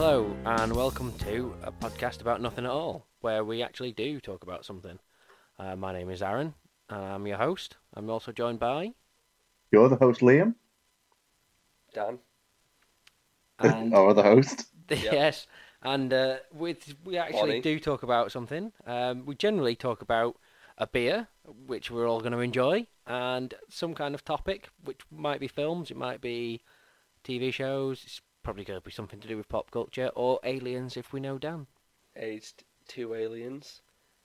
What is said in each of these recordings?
and welcome to a podcast about nothing at all, where we actually do talk about something. Uh, my name is Aaron, and I'm your host. I'm also joined by You're the host, Liam, Dan. and or the host. Yep. yes, and uh, with we actually Bonnie. do talk about something. Um, we generally talk about a beer, which we're all going to enjoy, and some kind of topic, which might be films, it might be TV shows. It's probably going to be something to do with pop culture or aliens, if we know Dan. Aged two aliens.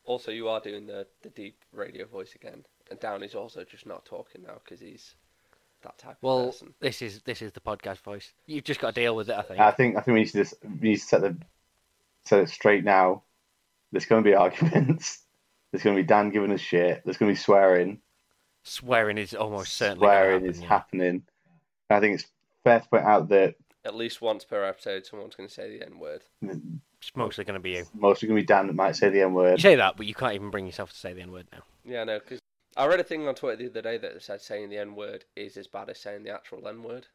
Also, you are doing the, the deep radio voice again. And Down is also just not talking now because he's that type of Well, person. this is this is the podcast voice. You've just got to deal with it, I think. I think I think we need to just we need to set the set it straight now. There's going to be arguments. There's going to be Dan giving us shit. There's going to be swearing. Swearing is almost certainly gonna swearing happen, is yeah. happening. I think it's fair to point out that At least once per episode, someone's going to say the N word. It's mostly going to be you. mostly going to be Dan that might say the N You word. say that, but you can't even bring yourself to say the N word now. Yeah, no, because I read a thing on Twitter the other day that said saying the N word is as bad as saying the actual N word.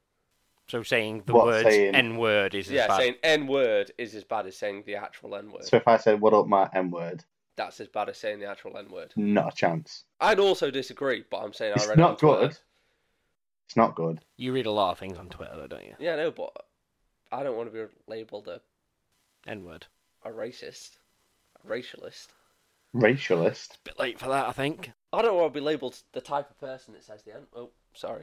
So saying the What, words saying- N word is Yeah, as bad. saying N word is as bad as saying the actual N word. So if I said "What up, my N word," That's as bad as saying the actual N word. not a chance. It's I'd also disagree, but I'm saying I read not it on Twitter. good. It's not good. You read a lot of things on Twitter, though, don't you? Yeah, no, but I don't want to be labelled a, N word. a racist, a racialist. Racialist. Bit late for that, I think. I don't want to be labelled the type of person that says the N. Oh, sorry,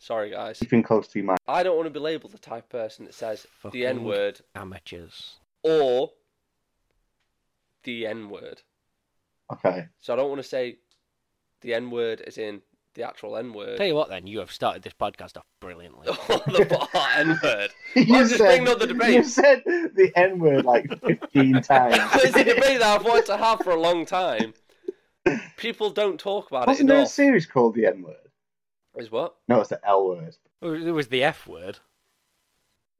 sorry guys. Keeping close to your mind. I don't want to be labelled the type of person that says Fucking- the N word Amateurs. or the N word. Okay. So I don't want to say the N word as in the actual N word. Tell you what, then you have started this podcast off brilliantly. or the N word. You just bringing up the debate. You said the N word like 15 times. it's a debate that I've wanted to have for a long time. People don't talk about Wasn't it there a enough. series called the N word? Is what? No, it's the L word. it was the F word.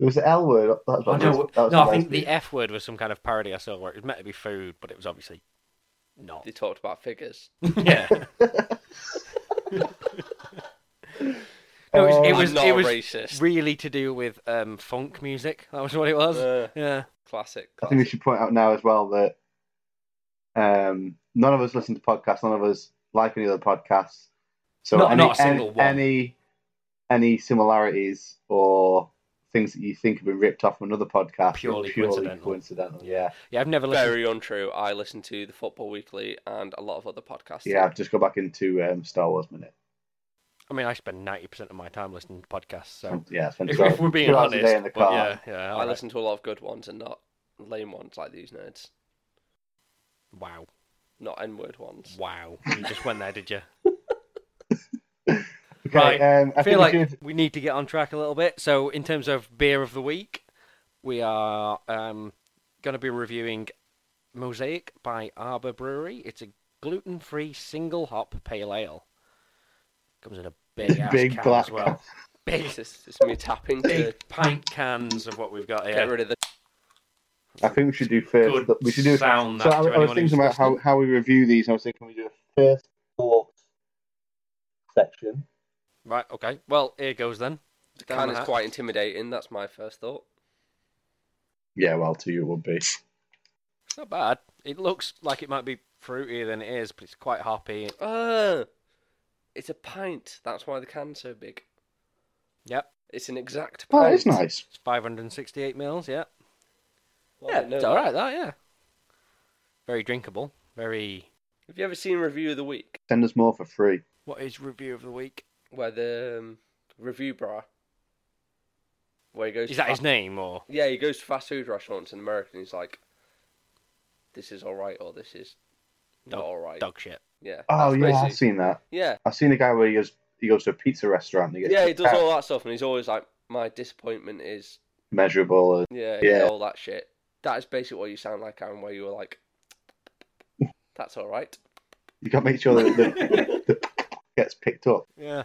It was the L word. That was, Oh, no, that was no, I last think the week. F word was some kind of parody I saw where it was meant to be food, but it was obviously not. They talked about figures. yeah. No, it was- it Um, was, I'm not it a was racist. really to do with um, funk music. That was what it was. Uh, yeah. classic. I think we classic. should point out now as well that um, none of us listen to podcasts. None of us like any other podcasts. So Not- any, not a single any, one. any any similarities or things that you think have been ripped off from another podcast is Purely coincidental. coincidental, Yeah, Yeah, I've never listened. Very untrue. I listen to the Football Weekly and a lot of other podcasts. yeah. I've just go back into um, Star Wars minute. I mean, I spend ninety percent of my time listening to podcasts. So Yeah, spend if, two if hours- we're being two hours honest, a day in the but car. yeah, yeah. I alright. listen to a lot of good ones and not lame ones like these nerds, Wow, not N word ones. wow. You just went there, did you? Okay, Right. um, I I feel think like we should. we need to get on track a little bit. So, in terms of beer of the week, we are um, going to be reviewing Mosaic by Arbor Brewery. It's a gluten-free single hop pale ale. Comes in a big, ass Big can black as well. Big, It's just, it's me tapping to big pint cans of what we've got get here. rid of the. I think we should do first. Good We should do. sound so that to I, I was anyone who's thinking about how, listening. how we review these. and I was thinking we do a first thought section. Right. Okay. Well, here goes then. The Down can the is hatch. quite intimidating. That's my first thought. Yeah, well, to you it would be. It's not bad. It looks like it might be fruitier than it is, but it's quite hoppy. Ah, it's a pint. That's why the can's so big. Yep. It's an exact Oh, pint. that is nice. It's 568 mils, yeah. Well, I yeah, didn't know it's that. alright, that, yeah. Very drinkable. Very. Have you ever seen Review of the Week Send us more for free. What is review of the week? where the um, review bra, where he goes? Is to that his name, or. Yeah, he goes to fast food restaurants in America and he's like, this is alright or this is not Dog- alright. Dog shit. Yeah. Oh that's yeah, basically- I've seen that. Yeah. I've seen a guy where he goes he goes to a pizza restaurant. And he gets Yeah, he does count all that stuff and he's always like, my disappointment is, measurable. uh, as- yeah, Yeah. yeah, all that shit. That is basically what you sound like, Aaron, where you were like, that's alright. You got to make sure that the, the gets picked up. Yeah.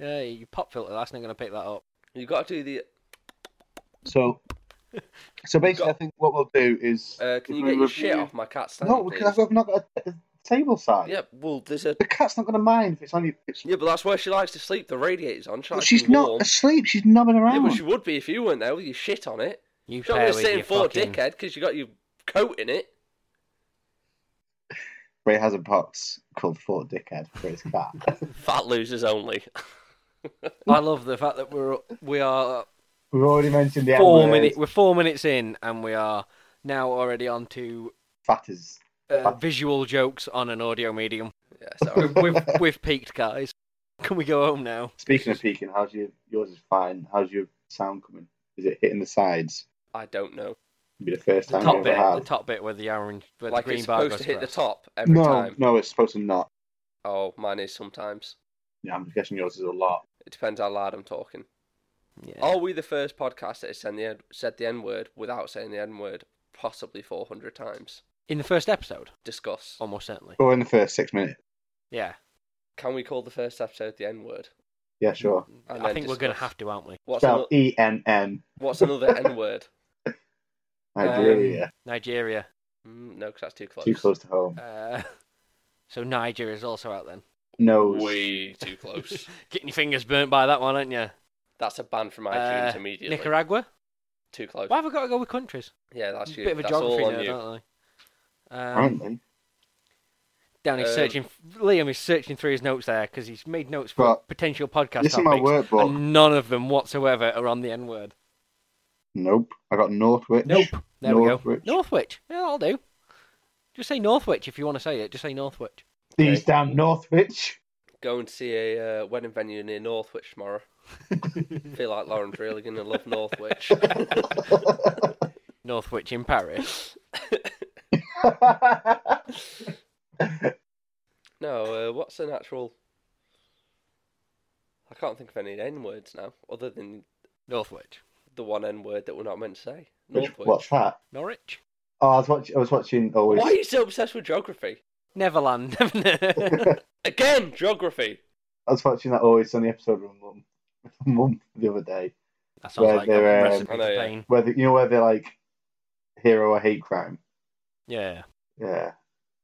Yeah, you pop filter, that's not going to pick that up. you got to do the. So, so basically, I think what we'll do is Uh, can If you we get your shit review- off my cat's stand? no, because please? I've not got a, a table side. Yeah, well, there's a. The cat's not going to mind if it's on your. It's, Yeah, but that's where she likes to sleep. The radiator's on. She Well, likes to she's be warm. not asleep. She's nobbing Yeah, around. but she would be if you weren't there with your shit on it. You You're pair not going with to your sit in four, fucking... dickhead, because you got your coat in it. Ray has a box called Fort Dickhead for his cat. Fat losers only. I love the fact that we're we are We've already mentioned the four N-word. minute we're four minutes in and we are now already on to Fat is uh, visual jokes on an audio medium. Yeah, sorry. We've we've peaked, guys. Can we go home now? Speaking of peaking, how's your yours is fine. How's your sound coming? Is it hitting the sides? I don't know. It'll be the first The time top you've ever bit, the had. top bit where the orange, where Like the green it's bar supposed goes to hit the across. top every No, time. no, it's supposed to not. Oh, mine is sometimes. Yeah, I'm guessing yours is a lot. It depends how loud I'm talking. Yeah. Are we the first podcast that has said the, said the N word without saying the N word possibly 400 times? In the first episode, Discuss. almost certainly. Or in the first six minutes. Yeah. Can we call the first episode the N word? Yeah, sure. And I then think we're going to discuss. have to, aren't we? What's, Spell ano- E N N what's another N word? Nigeria. Nigeria. Mm, no, because that's too close. Too close to home. Uh, so Niger is also out then. Nose. Way too close. Getting your fingers burnt by that one, aren't you? that's a ban from iTunes Uh, immediately. Nicaragua. Too close. Why have I got to go with countries? Yeah, that's you. Bit of a that's geography all on nerd, you. aren't I? Um, Apparently. Down he's Um, searching. Liam is searching through his notes there because he's made notes for Well, potential podcast This is my topics, workbook. and none of them whatsoever are on the N word. Nope. I got Northwich. Nope. There Northwich. we go. Northwich. Yeah, I'll do. Just say Northwich if you want to say it. Just say Northwich. These Okay. damn Northwich. Go and see a uh, wedding venue near Northwich tomorrow. Feel like Lauren's really gonna love Northwich. Northwich in Paris. no, uh, what's an actual? I can't think of any N words now, other than Northwich. the one N word that we're not meant to say. Which- Northwich. What's that? Norwich. Oh, I was watching. I was watching. Always. Why are you so obsessed with geography? Neverland. Again, geography. I was watching that Always Sunny episode with my mum, mum the other day, that sounds Where like a they're, um, recipe I know, for yeah. pain. where they, you know where they're like hero or hate crime. Yeah. Yeah,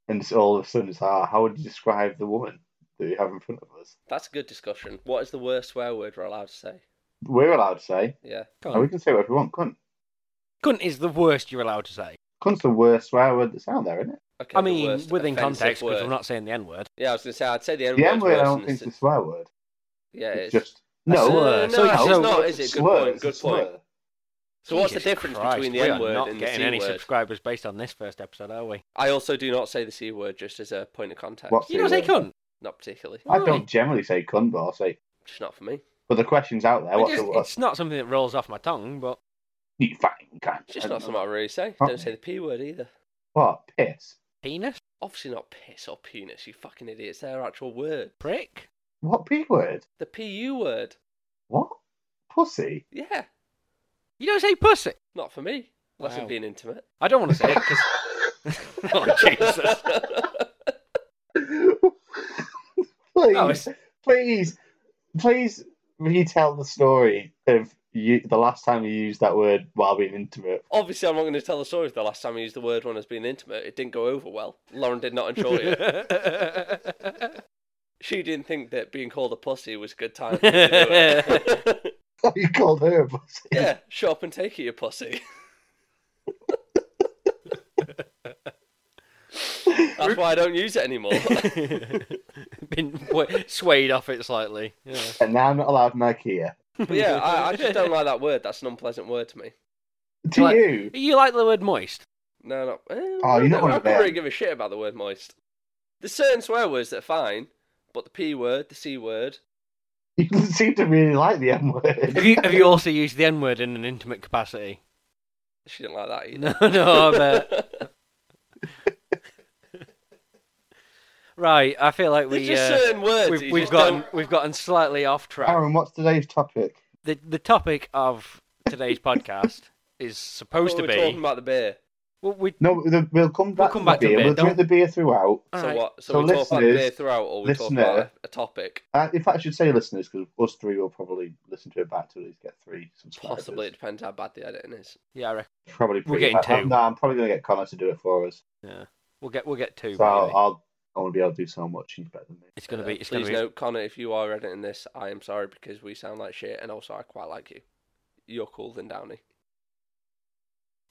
and it's all of a sudden it's like, "Ah, how would you describe the woman that you have in front of us? That's a good discussion. What is the worst swear word we're allowed to say? We're allowed to say, Yeah. and we Cunt. can say whatever we want. Cunt. Cunt is the worst you're allowed to say. Cunt's the worst swear word that's out there, isn't it? Okay. I the mean, worst within offensive context, because word. I'm not saying the N word. Yeah, I was gonna say I'd say the N The M word, I worse don't than think the- it's a swear word. Yeah, it's, it's just a no. slur. No, So- no, it's so- not, is it? it's a Good slur, point. it's a Good point. slur. So what's the Jesus difference Christ, between the we are N word not and the getting C any word? subscribers based on this first episode, are we? I also do not say the C word just as a point of context. What's You don't say C cunt. Not particularly. I Why? don't generally say cunt, but I'll say. Just not for me. But the question's out there. I What's just- the what's it's not something that rolls off my tongue, but You fucking cunt. It's just not something I really say. Oh. Don't say the P word either. What piss? penis, Obviously not piss or penis, you fucking idiots. They're actual word. prick, What p word? The PU word. What pussy? Yeah. you don't say pussy. Not for me. Unless Wow. I'm being intimate. I don't want to say it because. oh, Jesus. please, No, it's- please, please retell the story of you the last time you used that word while being intimate. Obviously, I'm not going to tell the story of the last time I used the word when I was being intimate. It didn't go over well. Lauren did not enjoy it. She didn't think that being called a pussy was a good time. for me to do it. you called her a pussy. yeah, shut up and take it, you pussy. That's why I don't use it anymore. Been wa- swayed off it slightly. Yeah. And now I'm not allowed in IKEA. But yeah, I, I just don't like that word. That's an unpleasant word to me. To Like- you, You like the word moist? No, not. eh, Oh, you're not I one don't- I of don't really them. give a shit about the word moist. There's certain swear words that are fine, but the P word, the C word, you seem to really like the M Have word. you, have you also used the N word in an intimate capacity? she didn't like that either. No, no, I bet. Right, I feel like There's we. just Uh, certain words. we've, you we've just gotten don't- we've gotten slightly off track. Aaron, what's today's topic? The the topic of today's podcast is supposed What to we're talking be. about the beer. Well, we, No, the, we'll come back. come to back the to beer. beer, We'll don't- drink the beer throughout. all So right. what? So, So we talk about the listeners- beer throughout, or we listener- talk about a topic. Uh, in fact, I should say listeners because us three will probably listen to it back to at least get three subscribers. Possibly, it depends how bad the editing is. Yeah, I reckon. Probably We're pretty getting bad. two. No, I'm probably going to get Connor to do it for us. We'll get we'll get two. So I'll, maybe. I'll I won't be able to do so much. He's better than me. It's gonna Uh, be it's gonna please be note, Connor, if you are editing this, I am sorry because we sound like shit, and also I quite like you. You're cool than Downey.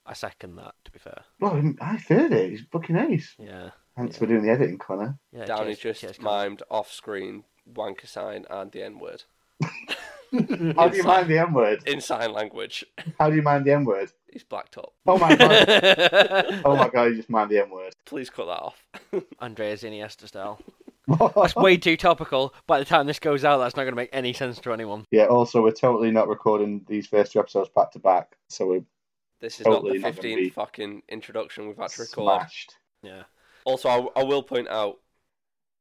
I second that. To be fair, Well, I third it. He's fucking ace. yeah, Hence, Yeah. we're doing the editing, Connor. yeah. Downey cheers- cheers, just Connor. mimed off screen wanker sign and the N word How do you mind the M word? in sign language. How do you mind the M word? He's blacked up. Oh my god! Oh my god! You just mind the M word. Please cut that off. Andreas Iniesta style. That's way too topical. By the time this goes out, that's not going to make any sense to anyone. yeah. Also, we're totally not recording these first two episodes back to back, so we're This is Totally not not the gonna be. 15th fucking introduction we've had to record. smashed. Yeah. Also, I, I will point out,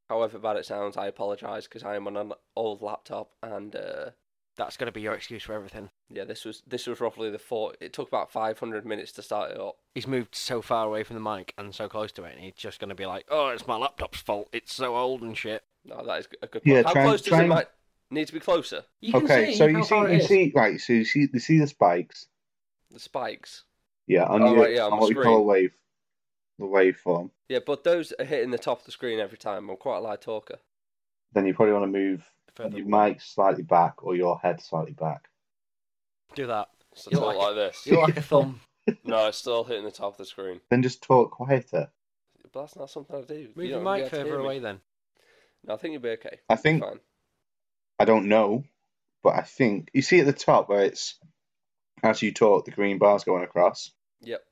however bad it sounds, I apologise because I am on an old laptop and uh, That's going to be your excuse for everything. yeah, this was this was roughly the four. It took about 500 minutes to start it up. He's moved so far away from the mic and so close to it, and he's just going to be like, "Oh, it's my laptop's fault. It's so old and shit." No, that is a good. Yeah, point. How try and- close try does it and- might need to be closer? You can Okay, see so how you see, far it you is. see, right? So you see, you see the spikes. The spikes. Yeah, on, Oh, your, right, yeah, on on the what we call a wave, the waveform. Yeah, but those are hitting the top of the screen every time. I'm quite a loud talker. Then you probably want to move Further. your mic slightly back or your head slightly back. Do that. So You're talk like- like this. You're like a thumb. no, it's still hitting the top of the screen. Then just talk quieter. But that's not something I do. Move You your don't really mic get to hear further me. away then. No, I think you'll be okay. I think- Fine. I don't know, but I think you see at the top where it's as you talk, the green bar's going across. Yep.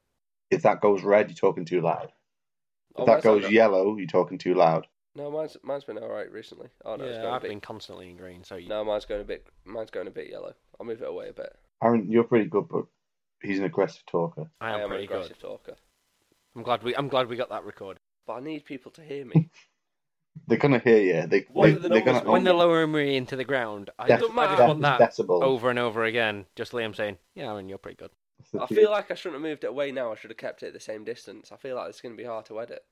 If that goes red, you're talking too loud. If Oh, that mine's not goes got- yellow, you're talking too loud. No, mine's mine's been alright recently. Oh no, it's yeah, going I've a bit. been constantly in green, so you... No, mine's going a bit. Mine's going a bit yellow. I'll move it away a bit. Aaron, you're pretty good, but he's an aggressive talker. I am an pretty aggressive good. talker, I'm glad we I'm glad we got that recorded. but I need people to hear me. They're gonna hear you. They, What they are the they're numbers gonna When they're lowering me into the ground, I, Def- just- I Don't just want def- that decibel. over and over again. Just Liam saying, "Yeah, Aaron, you're pretty good." I feel like I shouldn't have moved it away now. I should have kept it the same distance. I feel like it's going to be hard to edit.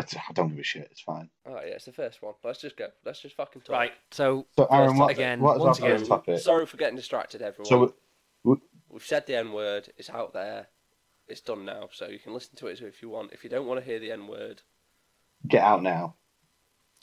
I don't give a shit. It's fine. All right, Oh, yeah, it's the first one. Let's just go. Let's just fucking talk. Right. So So Aaron, First what, again, what is once our first again, topic? Sorry for getting distracted, everyone. So We've said the N word. It's out there. It's done now. So you can listen to it if you want. If you don't want to hear the N word, get out now.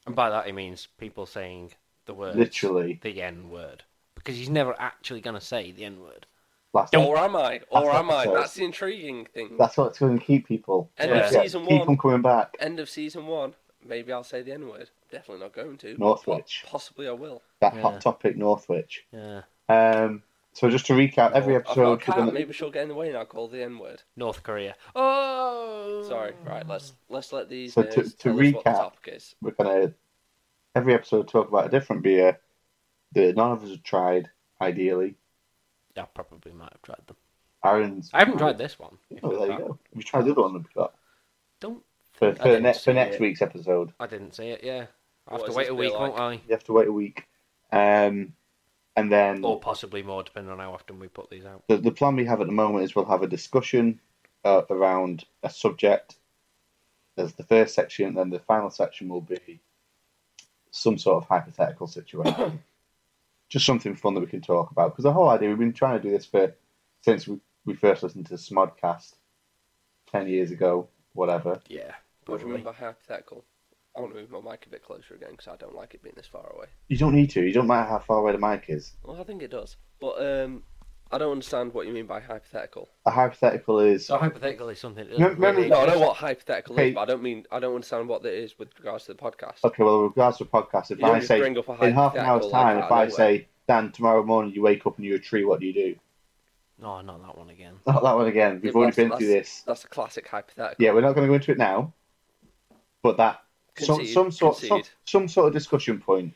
and by that he means people saying the word Literally. the N word. Because he's never actually gonna say the N word. Last or am I? Or That's am I? episode. That's the intriguing thing. That's what's going to keep people. End of Yeah, season keep one. them coming back. End of season one. Maybe I'll say the N word. Definitely not going to. Northwich. Po- Possibly I will. That Yeah. hot topic, Northwich. Yeah. Um, so just to recap, every I've got a episode. we're cat, gonna- Maybe she'll get in the way and I'll call the N word. North Korea. Oh Sorry. Right. Let's let's let these So nerds to- to tell us what the recap- topic is. we're gonna every episode talk about a different beer that none of us have tried. Ideally, I probably might have tried them. Aaron's. I haven't tried this one. if Oh, it's there you that. go. We tried the other one we've got Don't for, I for, didn't ne- for see next it. week's episode. I didn't see it, yeah. I have What to does wait this a beer week, like? won't I? You have to wait a week, um, and then Or possibly more, depending on how often we put these out. the, the plan we have at the moment is we'll have a discussion uh, around a subject. There's the first section, then the final section will be some sort of hypothetical situation. Just something fun that we can talk about. Because the whole idea, we've been trying to do this for since we, we first listened to Smodcast 10 years ago, whatever. Yeah. What do you mean Probably. by hypothetical? I want to move my mic a bit closer again because I don't like it being this far away. You don't need to, you don't matter how far away the mic is. Well, I think it does, but um, I don't understand what you mean by hypothetical. A hypothetical is So hypothetically something that Mem- doesn't remember- really No, I know what hypothetical Hey. is, but I don't mean I don't understand what that is with regards to the podcast. okay, well, with regards to the podcast, if You don't I just say bring up a in half an hour's hypothetical like time, if that out of I nowhere. say, Dan, tomorrow morning you wake up and you're a tree, what do you do? No, not that one again. Not that one again. Yeah, We've already that's- been through that's- this. That's a classic hypothetical. Yeah, we're not going to go into it now. But that some, Concede, some sort some, concede. some sort of discussion point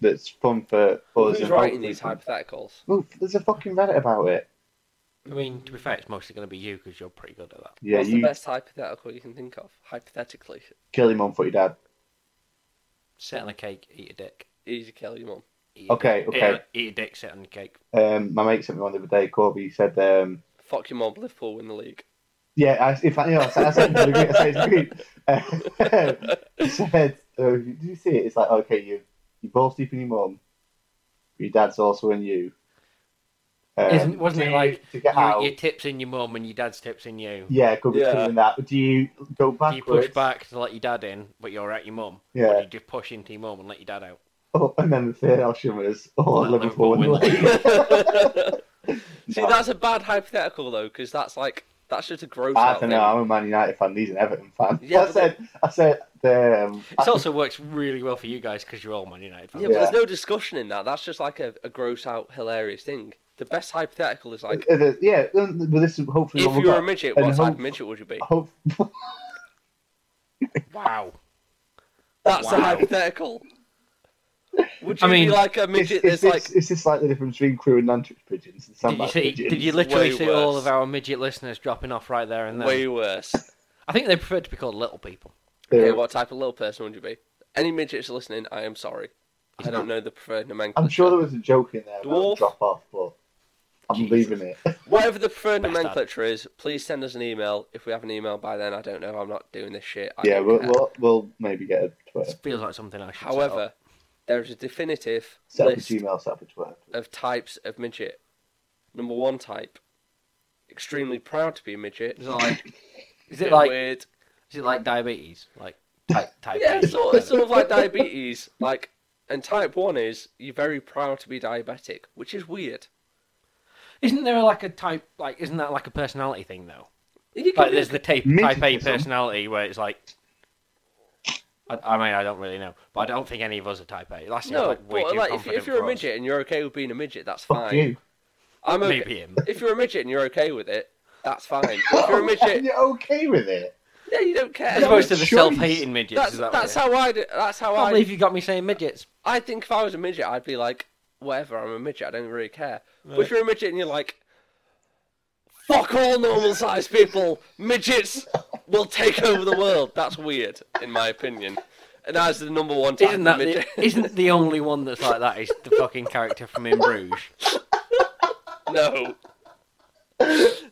that's fun for us. Who's and writing hopefully- these hypotheticals? Well, there's a fucking Reddit about it. I mean, to be fair, it's mostly going to be you because you're pretty good at that. Yeah, What's you the best hypothetical you can think of? Hypothetically, kill your mum for your dad. Sit on a cake, eat a dick. easy kill your mum. Eat a Okay, dick. okay. Eat a, eat a dick, sit on a cake. Um, my mate sent me one the other day. Corby he said, um, Fuck your mum. Liverpool win the league. "Yeah, I, in fact, yeah, I said, I said, I agree, I said, it's great. Uh, he said, uh, "Did you see it? It's like okay, you you both sleep in your mum, your dad's also in you." Um, Isn't- wasn't it to- like to get You, out? your tips in your mum and your dad's tips in you. Yeah, it could be Yeah. doing that. Do you go Do you push backwards? back to let your dad in, but you're at your mum? Or Yeah. do you just push into your mum and let your dad out? Oh, and then the third option was, oh, Let Liverpool Liverpool win the win league. See, No. that's a bad hypothetical though, because that's like that's just a gross I out don't thing. know. I'm a Man United fan. He's an Everton fan. Yeah, I but- said. I said. The, um, It also works really well for you guys because you're all Man United fans. Yeah, but Yeah. there's no discussion in that. That's just like a, a gross out hilarious thing. The best hypothetical is like uh, the- yeah. um, But this is hopefully if what we've you were a got. midget, And what type hope- of midget would you be? Hope, Wow. That's the Wow. hypothetical. Would you I mean, be like a it's, midget it's, that's like it's, it's just like the difference between crew and Nantwich pigeons and Did you sandbag see? pigeons. Did you literally way see all worse. of our midget listeners dropping off right there and then? way worse? I think they prefer to be called little people. They're- Okay, what type of little person would you be? Any midgets listening, I am sorry. I don't know the preferred nomenclature. I'm sure there was a joke in there about Dwarf? drop off, but I'm Jesus. leaving it. Whatever the preferred Best nomenclature is, please send us an email. If we have an email by then, I don't know. I'm not doing this shit. I yeah, don't we'll, care. we'll we'll maybe get a Twitter. It feels like something I should. set up. However, there is a definitive Set up a list Gmail, set up a Twitter. of types of midget. Number one type, extremely proud to be a midget. is it like? Is bit it like? weird? Is it like diabetes? Like type type Yeah, B? sort of, sort of like diabetes. Like, and type one is you're very proud to be diabetic, which is weird. Isn't there like a type? Like isn't that like a personality thing though? You can Like be- there's the type type A Midgetism. personality where it's like. I, I mean, I don't really know, but I don't think any of us are type A. That seems no, like way but too like if, confident if you're for a us. midget and you're okay with being a midget, that's Fuck fine. you. I'm okay. maybe him. If you're a midget and you're okay with it, that's fine. If you're a midget, You're okay with it. yeah, you don't care. As opposed to it's the choice. self-hating midgets. That's, is that that's what it how I do, that's how is? I can't I believe you got me saying midgets. I think if I was a midget, I'd be like, whatever, I'm a midget, I don't really care. But Right. if you're a midget and you're like, fuck all normal sized people, midgets will take over the world, that's weird, in my opinion. And that's the number one type Isn't that of midget. the, isn't the only one that's like that? Is the fucking character from In Bruges no.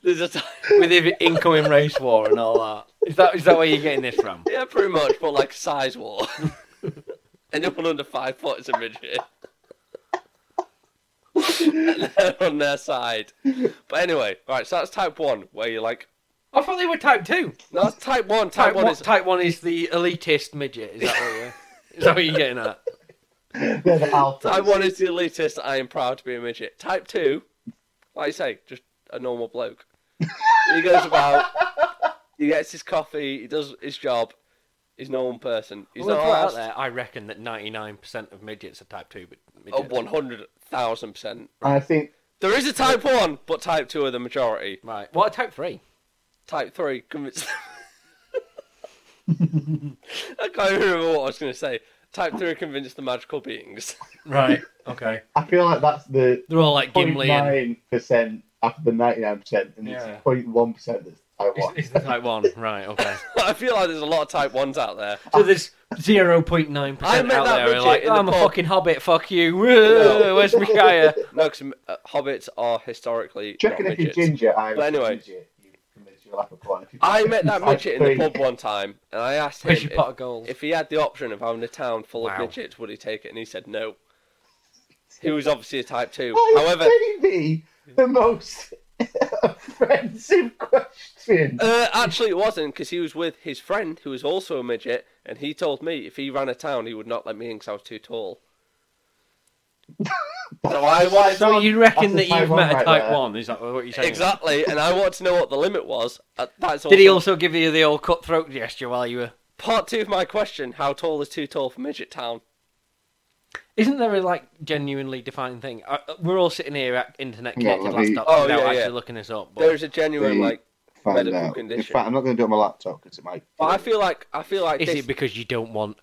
There's a type. with the incoming race war and all that? Is that is that where you're getting this from? Yeah, pretty much, but like size war. Anyone under five foot is a midget. and they're on their side. But anyway, right, so that's type one, where you're like, I thought they were type two. no, that's type one. Type Type, one, one, is type one is the elitist midget. Is that what you're, is that what you're getting at? They're the alphas. type one is the elitist. I am proud to be a midget. Type two, like you say, just a normal bloke. he goes about, he gets his coffee, he does his job. He's no one person. He's I'm gonna not put it out arsed. there. I reckon that 99% of midgets are type two, but midgets. Oh, one hundred thousand percent. I think There is a type one, but type two are the majority. Right. What type three? Type three convinced. I can't even remember what I was going to say. Type three convinced the magical beings. Right. Okay. I feel like that's the They're all like point Gimli and nine percent after the ninety nine percent, and Yeah. it's point one percent that's Taiwan. is, is the type one. Right. Okay. I feel like there's a lot of type ones out there. So there's zero point nine I percent met out that there. who are midget Like, in the I'm a pub." fucking hobbit. Fuck you. No. Where's my Shire? No, because uh, hobbits are historically Do you reckon not if you're midgets. ginger, I But anyway. ginger, you convince your lack of one. If you- I met that Type midget in the three. pub one time, and I asked him Where's your pot if, of gold? if he had the option of having a town full of Wow. midgets, would he take it? And he said no. He was obviously a type two. That is However, maybe the most offensive question. Uh, actually, it wasn't because he was with his friend who was also a midget, and he told me if he ran a town, he would not let me in because I was too tall. so I wanted so you reckon that That's a you've met type a one right type there. one? Is that what you're saying? exactly, and I want to know what the limit was. Uh, that's Did he also- also give you the old cutthroat gesture while you were? part two of my question: How tall is too tall for midget town? Isn't there a like genuinely defined thing? Uh, uh, we're all sitting here at internet Yeah, connected let me- laptops Oh, without yeah, actually yeah. looking this up. There But is a genuine The- like, Find medical out. In condition. fact, I'm not going to do it on my laptop because it might. but I feel like I feel like is this, it because you don't want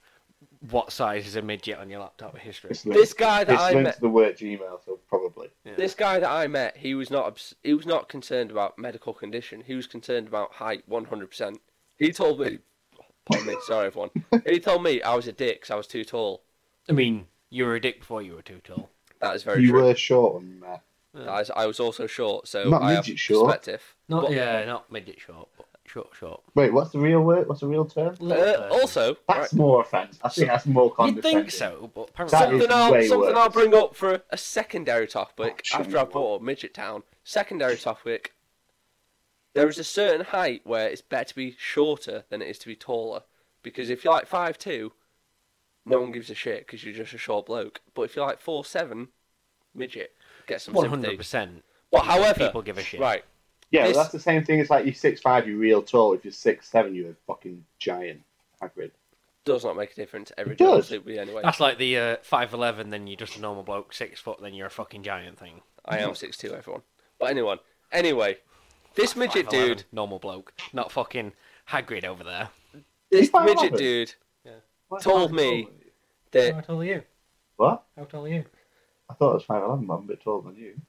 what size is a midget on your laptop history? It's linked- this guy that it's I linked met, to the word Gmail, so probably. this guy that I met, he was not obs- he was not concerned about medical condition. He was concerned about height, one hundred percent. He told me, pardon me, sorry everyone. He told me I was a dick, 'cause I was too tall. I mean, you were a dick before you were too tall. That is very you true. were short on that. That is- I was also short, so Not I have midget short. perspective. Not But- yeah, not midget short, but short short. Wait, what's the real word? What's the real term? Little Uh, person. also, That's more offense. I think that's more You'd condescending. think so, but That apparently is something I'll way something worse. I'll bring up for a secondary topic Action. after I brought up Midget Town. Secondary topic. There is a certain height where it's better to be shorter than it is to be taller, because if you're like five two, no one gives a shit because you're just a short bloke. But if you're like four seven, midget, get some one hundred sympathy. percent. Well, however, people give a shit. right, Yeah, This- but that's the same thing. It's like you're six five, you're real tall. If you're six seven, you're a fucking giant. Hagrid. does not make a difference. Every It job does. suit me anyway. That's like the uh, five eleven. Then you're just a normal bloke, six foot. Then you're a fucking giant thing. I Mm-hmm. am six two, everyone. But anyone, anyway, this midget 5'11", dude, normal bloke, not fucking Hagrid over there. this five midget eleven? dude What? told me that How tall are you? What? How tall are you? I thought it was five eleven. I'm a bit taller than you.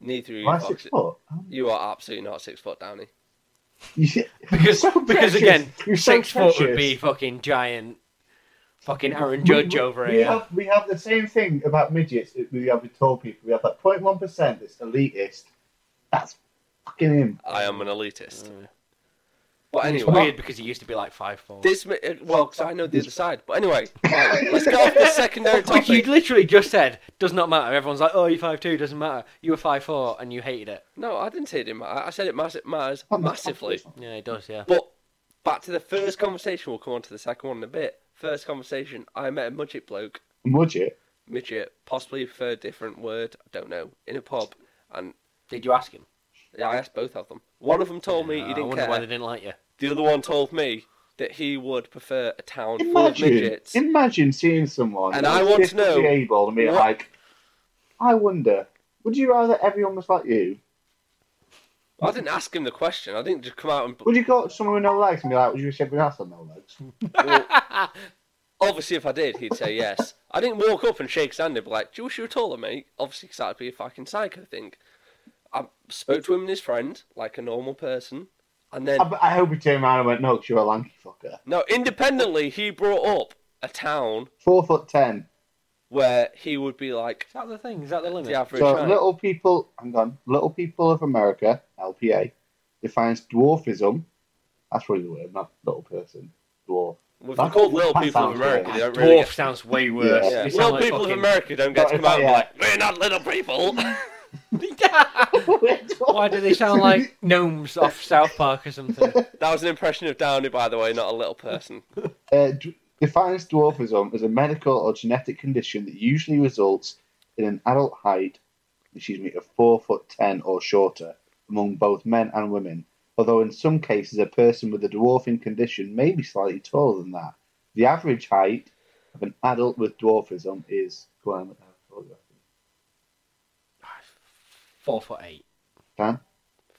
neither of you, Am I six boxes, foot? Um, you are absolutely not six foot, Downey. You see, Because So because precious. again, You're so six foot would be precious. fucking giant, fucking Aaron Judge we, over we here. Have, we have the same thing about midgets that we have with tall people. We have that 0.1 percent that's elitist. That's fucking him. I am an elitist. Uh, Mm. But It's anyway, weird because he used to be like five four. this mi- uh, well, 'cause I know the other side. But anyway, right, let's go off the secondary Like you topic. literally just said, does not matter. Everyone's like, oh, you're five two, doesn't matter. You were five four and you hated it. No, I didn't say it didn't matter. I said it mas- matters What the fuck massively. is that? Yeah, it does. Yeah. But back to the first conversation. We'll come on to the second one in a bit. First conversation. I met a midget bloke Mudget. midget, possibly for a different word, I don't know, in a pub. And Did you ask him? yeah, I asked both of them. One of them told me Uh, he I didn't wonder care. why they didn't like you. The other one told me that he would prefer a town full of Imagine, midgets. imagine seeing someone And who's I want to know differently able and being what- like, I wonder, would you rather everyone was like you? I didn't ask him the question. I didn't just come out and. Would you go up to someone with no legs and be like, would you wish everyone else had no legs? Well, obviously, if I did, he'd say yes. I didn't walk up and shake his hand and be like, "Do you wish you were taller, mate?" Obviously, 'cause that'd be a fucking psycho thing. I spoke to him and his friend like a normal person, and then I, I hope he turned around and went, no, 'cause you're a lanky fucker. no, independently, he brought up a town Four foot ten. where he would be like Is that the thing? Is that the limit? the average So height. little people, hang on, little people of America (LPA) defines dwarfism. That's probably the word, not little person. Dwarf. Well, if that- they're called little that people of sounds America, right. they don't really. Dwarf Get, sounds way worse. Yeah. yeah. They Little sound like people of fucking- America don't get to Sorry, come out and be yeah. like, "We're not little people." Why do they sound like gnomes off South Park or something? that was an impression of Downey, by the way, not a little person. Uh, d- defines dwarfism as a medical or genetic condition that usually results in an adult height, excuse me, of four foot ten or shorter among both men and women. Although in some cases, a person with a dwarfing condition may be slightly taller than that. The average height of an adult with dwarfism is. Go on, I'll photograph it. Four foot eight. Dan?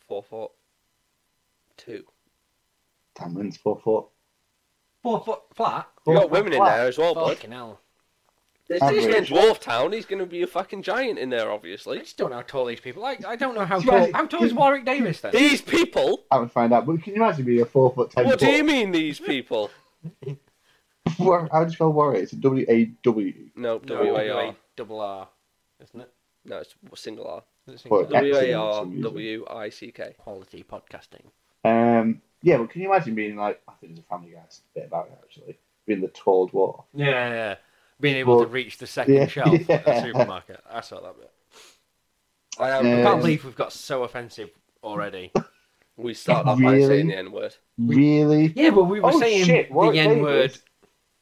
Four foot two. Tamlin's four foot. Four foot flat. You Four got foot women in flat. there as well, bud. Fucking hell. This Average. is in Dwarf Town. He's going to be a fucking giant in there, obviously. I just don't know how tall these people. Like I don't know how Do you tall. imagine- How tall is Warwick Davis then? These people. I would find out. But can you imagine being a four foot ten? What do foot? you mean these people? Wor- How do you spell worry? It's a W A W. No, No, W A W A R. double R, isn't it? No, it's single R. Isn't it Well, single R? Excellent, W A R some reason. W I C K. Quality podcasting. Um, yeah, but can you imagine being like? I think there's a Family Guy bit about it actually. Being the tall dwarf. Yeah, yeah, yeah. Being able Well, to reach the second yeah, shelf at the yeah. supermarket. I saw that bit. I am. I Yeah. can't Um, believe we've got so offensive already. We started off by Really? saying the N word. Really? yeah, but we were Oh, saying shit, the Warwick N word. Davis.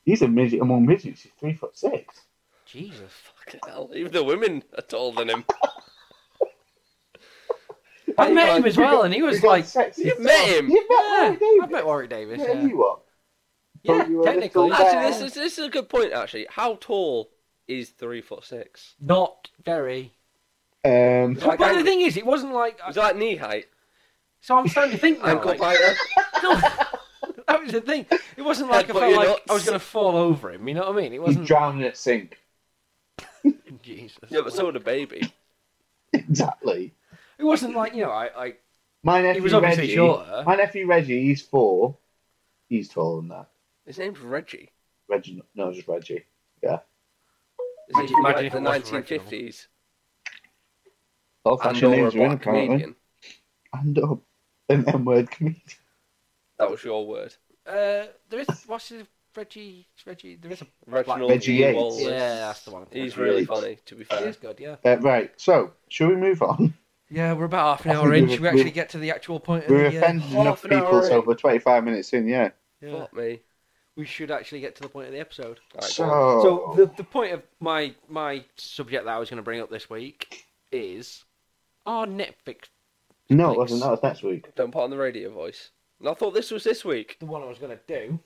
He's a midget among midgets. He's three foot six. Jesus. Fucking hell. Even the women are taller than him. I met him as well, and he He's was uh, got like, sexy You stuff. met him? You yeah, met I Warwick met Warwick Davis. Davis. Yeah, Yeah, you are. yeah, you were a technically, little Actually, Yeah. this is this is a good point. Actually, how tall is three foot six? not very. Um, Like, but I'm- the thing is, it wasn't like. Is that knee height? So I'm starting to Uh, think now. Ankle like, biter. no, that was the thing. It wasn't like I Headbutt felt your like nuts. I was going to fall over him. You know what I mean? It he's wasn't. drowning at sink. Jesus. Yeah, but so would a baby. Exactly. It wasn't like you know. I, I My nephew was obviously Reggie. shorter. My nephew Reggie. He's four. He's taller than that. His name's Reggie. Reggie. No, just Reggie. His name's Imagine if like the it wasn't nineteen original. fifties. Old And fashioned you're a names are in black apparently. comedian. And up. An M word comedian. That was your word. uh, there is what's his Reggie Reggie. There is a Reginald Reggie E. Yates. Wallace. yeah, that's the one. He's really Yates. funny, to be He fair. is good. Yeah. Uh, right, so, shall we move on? Yeah, we're about half an I hour think in. we Should we were- actually we- get to the actual point? Of We're the, uh, offended half enough an hour people, so in. we're 25 minutes in, yeah. yeah, Fuck me. we should actually get to the point of the episode. Right, go So, on. So the the point of my my subject that I was going to bring up this week is Oh, Netflix. Netflix. No, it wasn't. That was next week. Don't put on the radio voice. And I thought this was this week. The one I was going to do.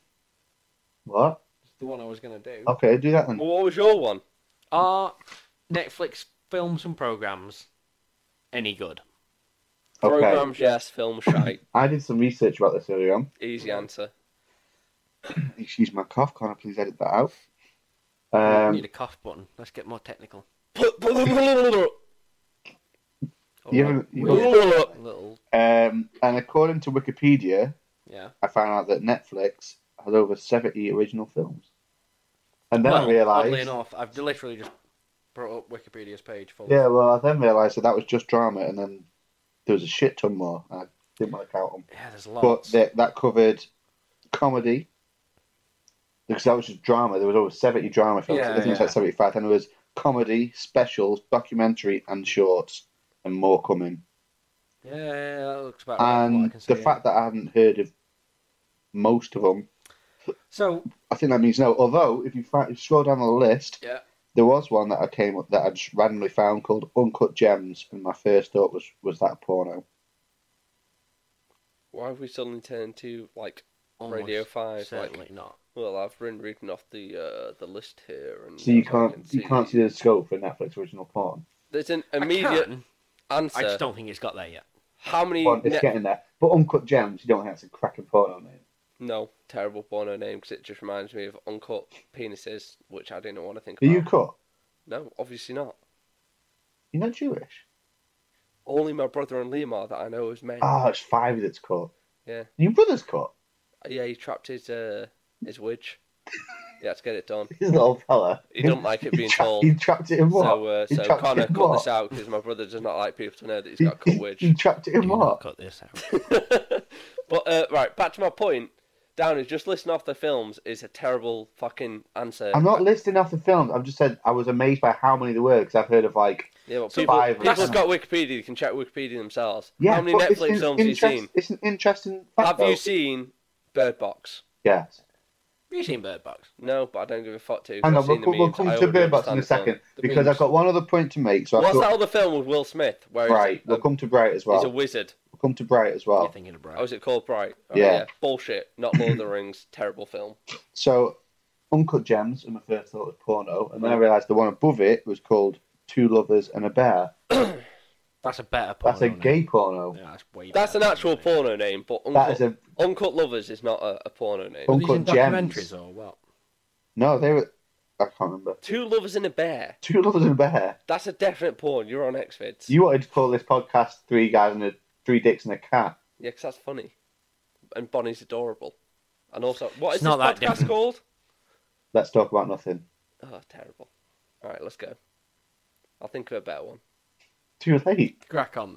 What? The one I was going to do. Okay, do that then. Well, what was your one? Are Netflix films and programs any good? Okay. Programs, yes. Film, shite. I did some research about this earlier on. Easy answer. Excuse my cough. Can I please edit that out? Need Um, a cough button. Let's get more technical. Or You like haven't- you weird haven't- Oh, little um, and according to Wikipedia, yeah. I found out that Netflix has over 70 original films. And then I Well, Oddly realised. enough, I've literally just brought up Wikipedia's page full. of- Yeah, well, I then realised that that was just drama, and then there was a shit ton more. And I didn't want to count them. yeah there's But lots. that, that covered comedy, because that was just drama. There was over 70 drama films. Yeah, I think it was yeah. like 75. And there was comedy, specials, documentary, and shorts, and more coming. yeah, yeah, that looks about right. from Oh, what I and can see, the yeah. fact that I hadn't heard of most of them, So I think that means no. Although, if you, fa- if you scroll down the list, Yeah. there was one that I came up that I just randomly found called Uncut Gems, and my first thought was was that a porno. Why have we suddenly turned to like almost Radio Five? certainly Like, not. well, I've been reading off the uh, the list here, Mm, and uh, So you I can can't you can't see the scope for Netflix original porn. There's an I immediate can, answer. I just don't think it's got there yet. How many? Porn, it's Net- getting there, but Uncut Gems, you don't have to cracking porno name. No, terrible porno name because it just reminds me of uncut penises, which I didn't want to think Are about. you cut? No, obviously not. You're not Jewish. Only my brother and Liam are that I know as men. Ah, it's five that's cut. Yeah. Your brother's cut. Yeah, he trapped his uh, his witch. He had to get it done. He's an old fella. He don't like it being tra- told. He trapped it in what? So, uh, He so trapped Connor, it in cut what? this out because my brother does not like people to know that he's He, got a cut he- witch. he trapped it in Do what? not cut this out. but uh, right, back to my point. Downey, just listing off the films is a terrible fucking answer. I'm not listing off the films. I've just said I was amazed by how many there were because I've heard of like Yeah, but So people, five or people have something. got Wikipedia. They can check Wikipedia themselves. yeah. How many but it's Netflix an films have you interest- seen? It's an interesting. Fact, Have though. you seen Bird Box? Yes. Have you seen Bird Box? No, but I don't give a fuck to. 'cause Hang I've on, we'll, seen the we'll memes, come I to already Bird Box in a understand them. second The because memes. I've got one other point to make. So I've What's got, that other film with Will Smith where he's, right, a- we'll come to Bright as he's a well. wizard? We'll come to Bright as You're well. thinking of Brad. How is it called? Bright. Oh, Yeah. Bullshit. Not Lord of the Rings. Terrible film. So Uncut Gems, and my first thought was porno, and then I realised the one above it was called Two Lovers and a Bear. That's a better porno. That's a name. gay porno. Yeah, that's way That's better an actual porno. porno name, but That Uncut, is a Uncut Lovers is not a, a porno name. Oh. Are these in Uncut Gems. documentaries or what? no. They were. I can't remember. Two lovers in a bear. Two Lovers and a Bear. That's a definite porn. You're on Xvids. You wanted to call this podcast Three Guys and a Three Dicks and a Cat. Yeah, 'cause that's funny. And Bonnie's adorable. And also, what It's is not that this podcast different. called? Let's talk about nothing. Oh, terrible. All right, let's go. I'll think of a better one. Too late. Crack on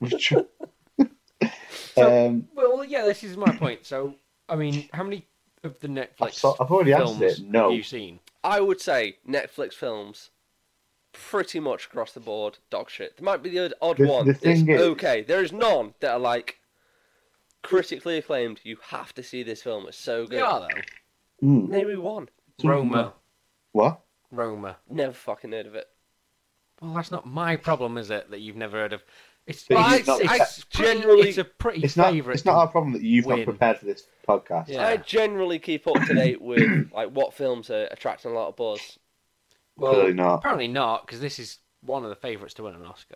then. um, Well, yeah, this is my point. So, I mean, how many of the I've, Netflix so- I've already answered films it. No. have you seen? I would say Netflix films, pretty much across the board, dog shit. There might be the odd, odd The- one. the that's thing is- okay. There is none that are like critically acclaimed. You have to see this film. It's so good. They are though. Mm. Maybe one. Roma, What? Roma. Never fucking heard of it. Well, that's not my problem, is it? That you've never heard of. It's, But it's, he's not- it's it's pretty- generally- it's a pretty It's not. favorite. It's not our problem that you've win. not prepared for this podcast. Yeah. I generally keep up to date with like what films are attracting a lot of buzz. Clearly well, not. apparently not, because this is one of the favorites to win an Oscar.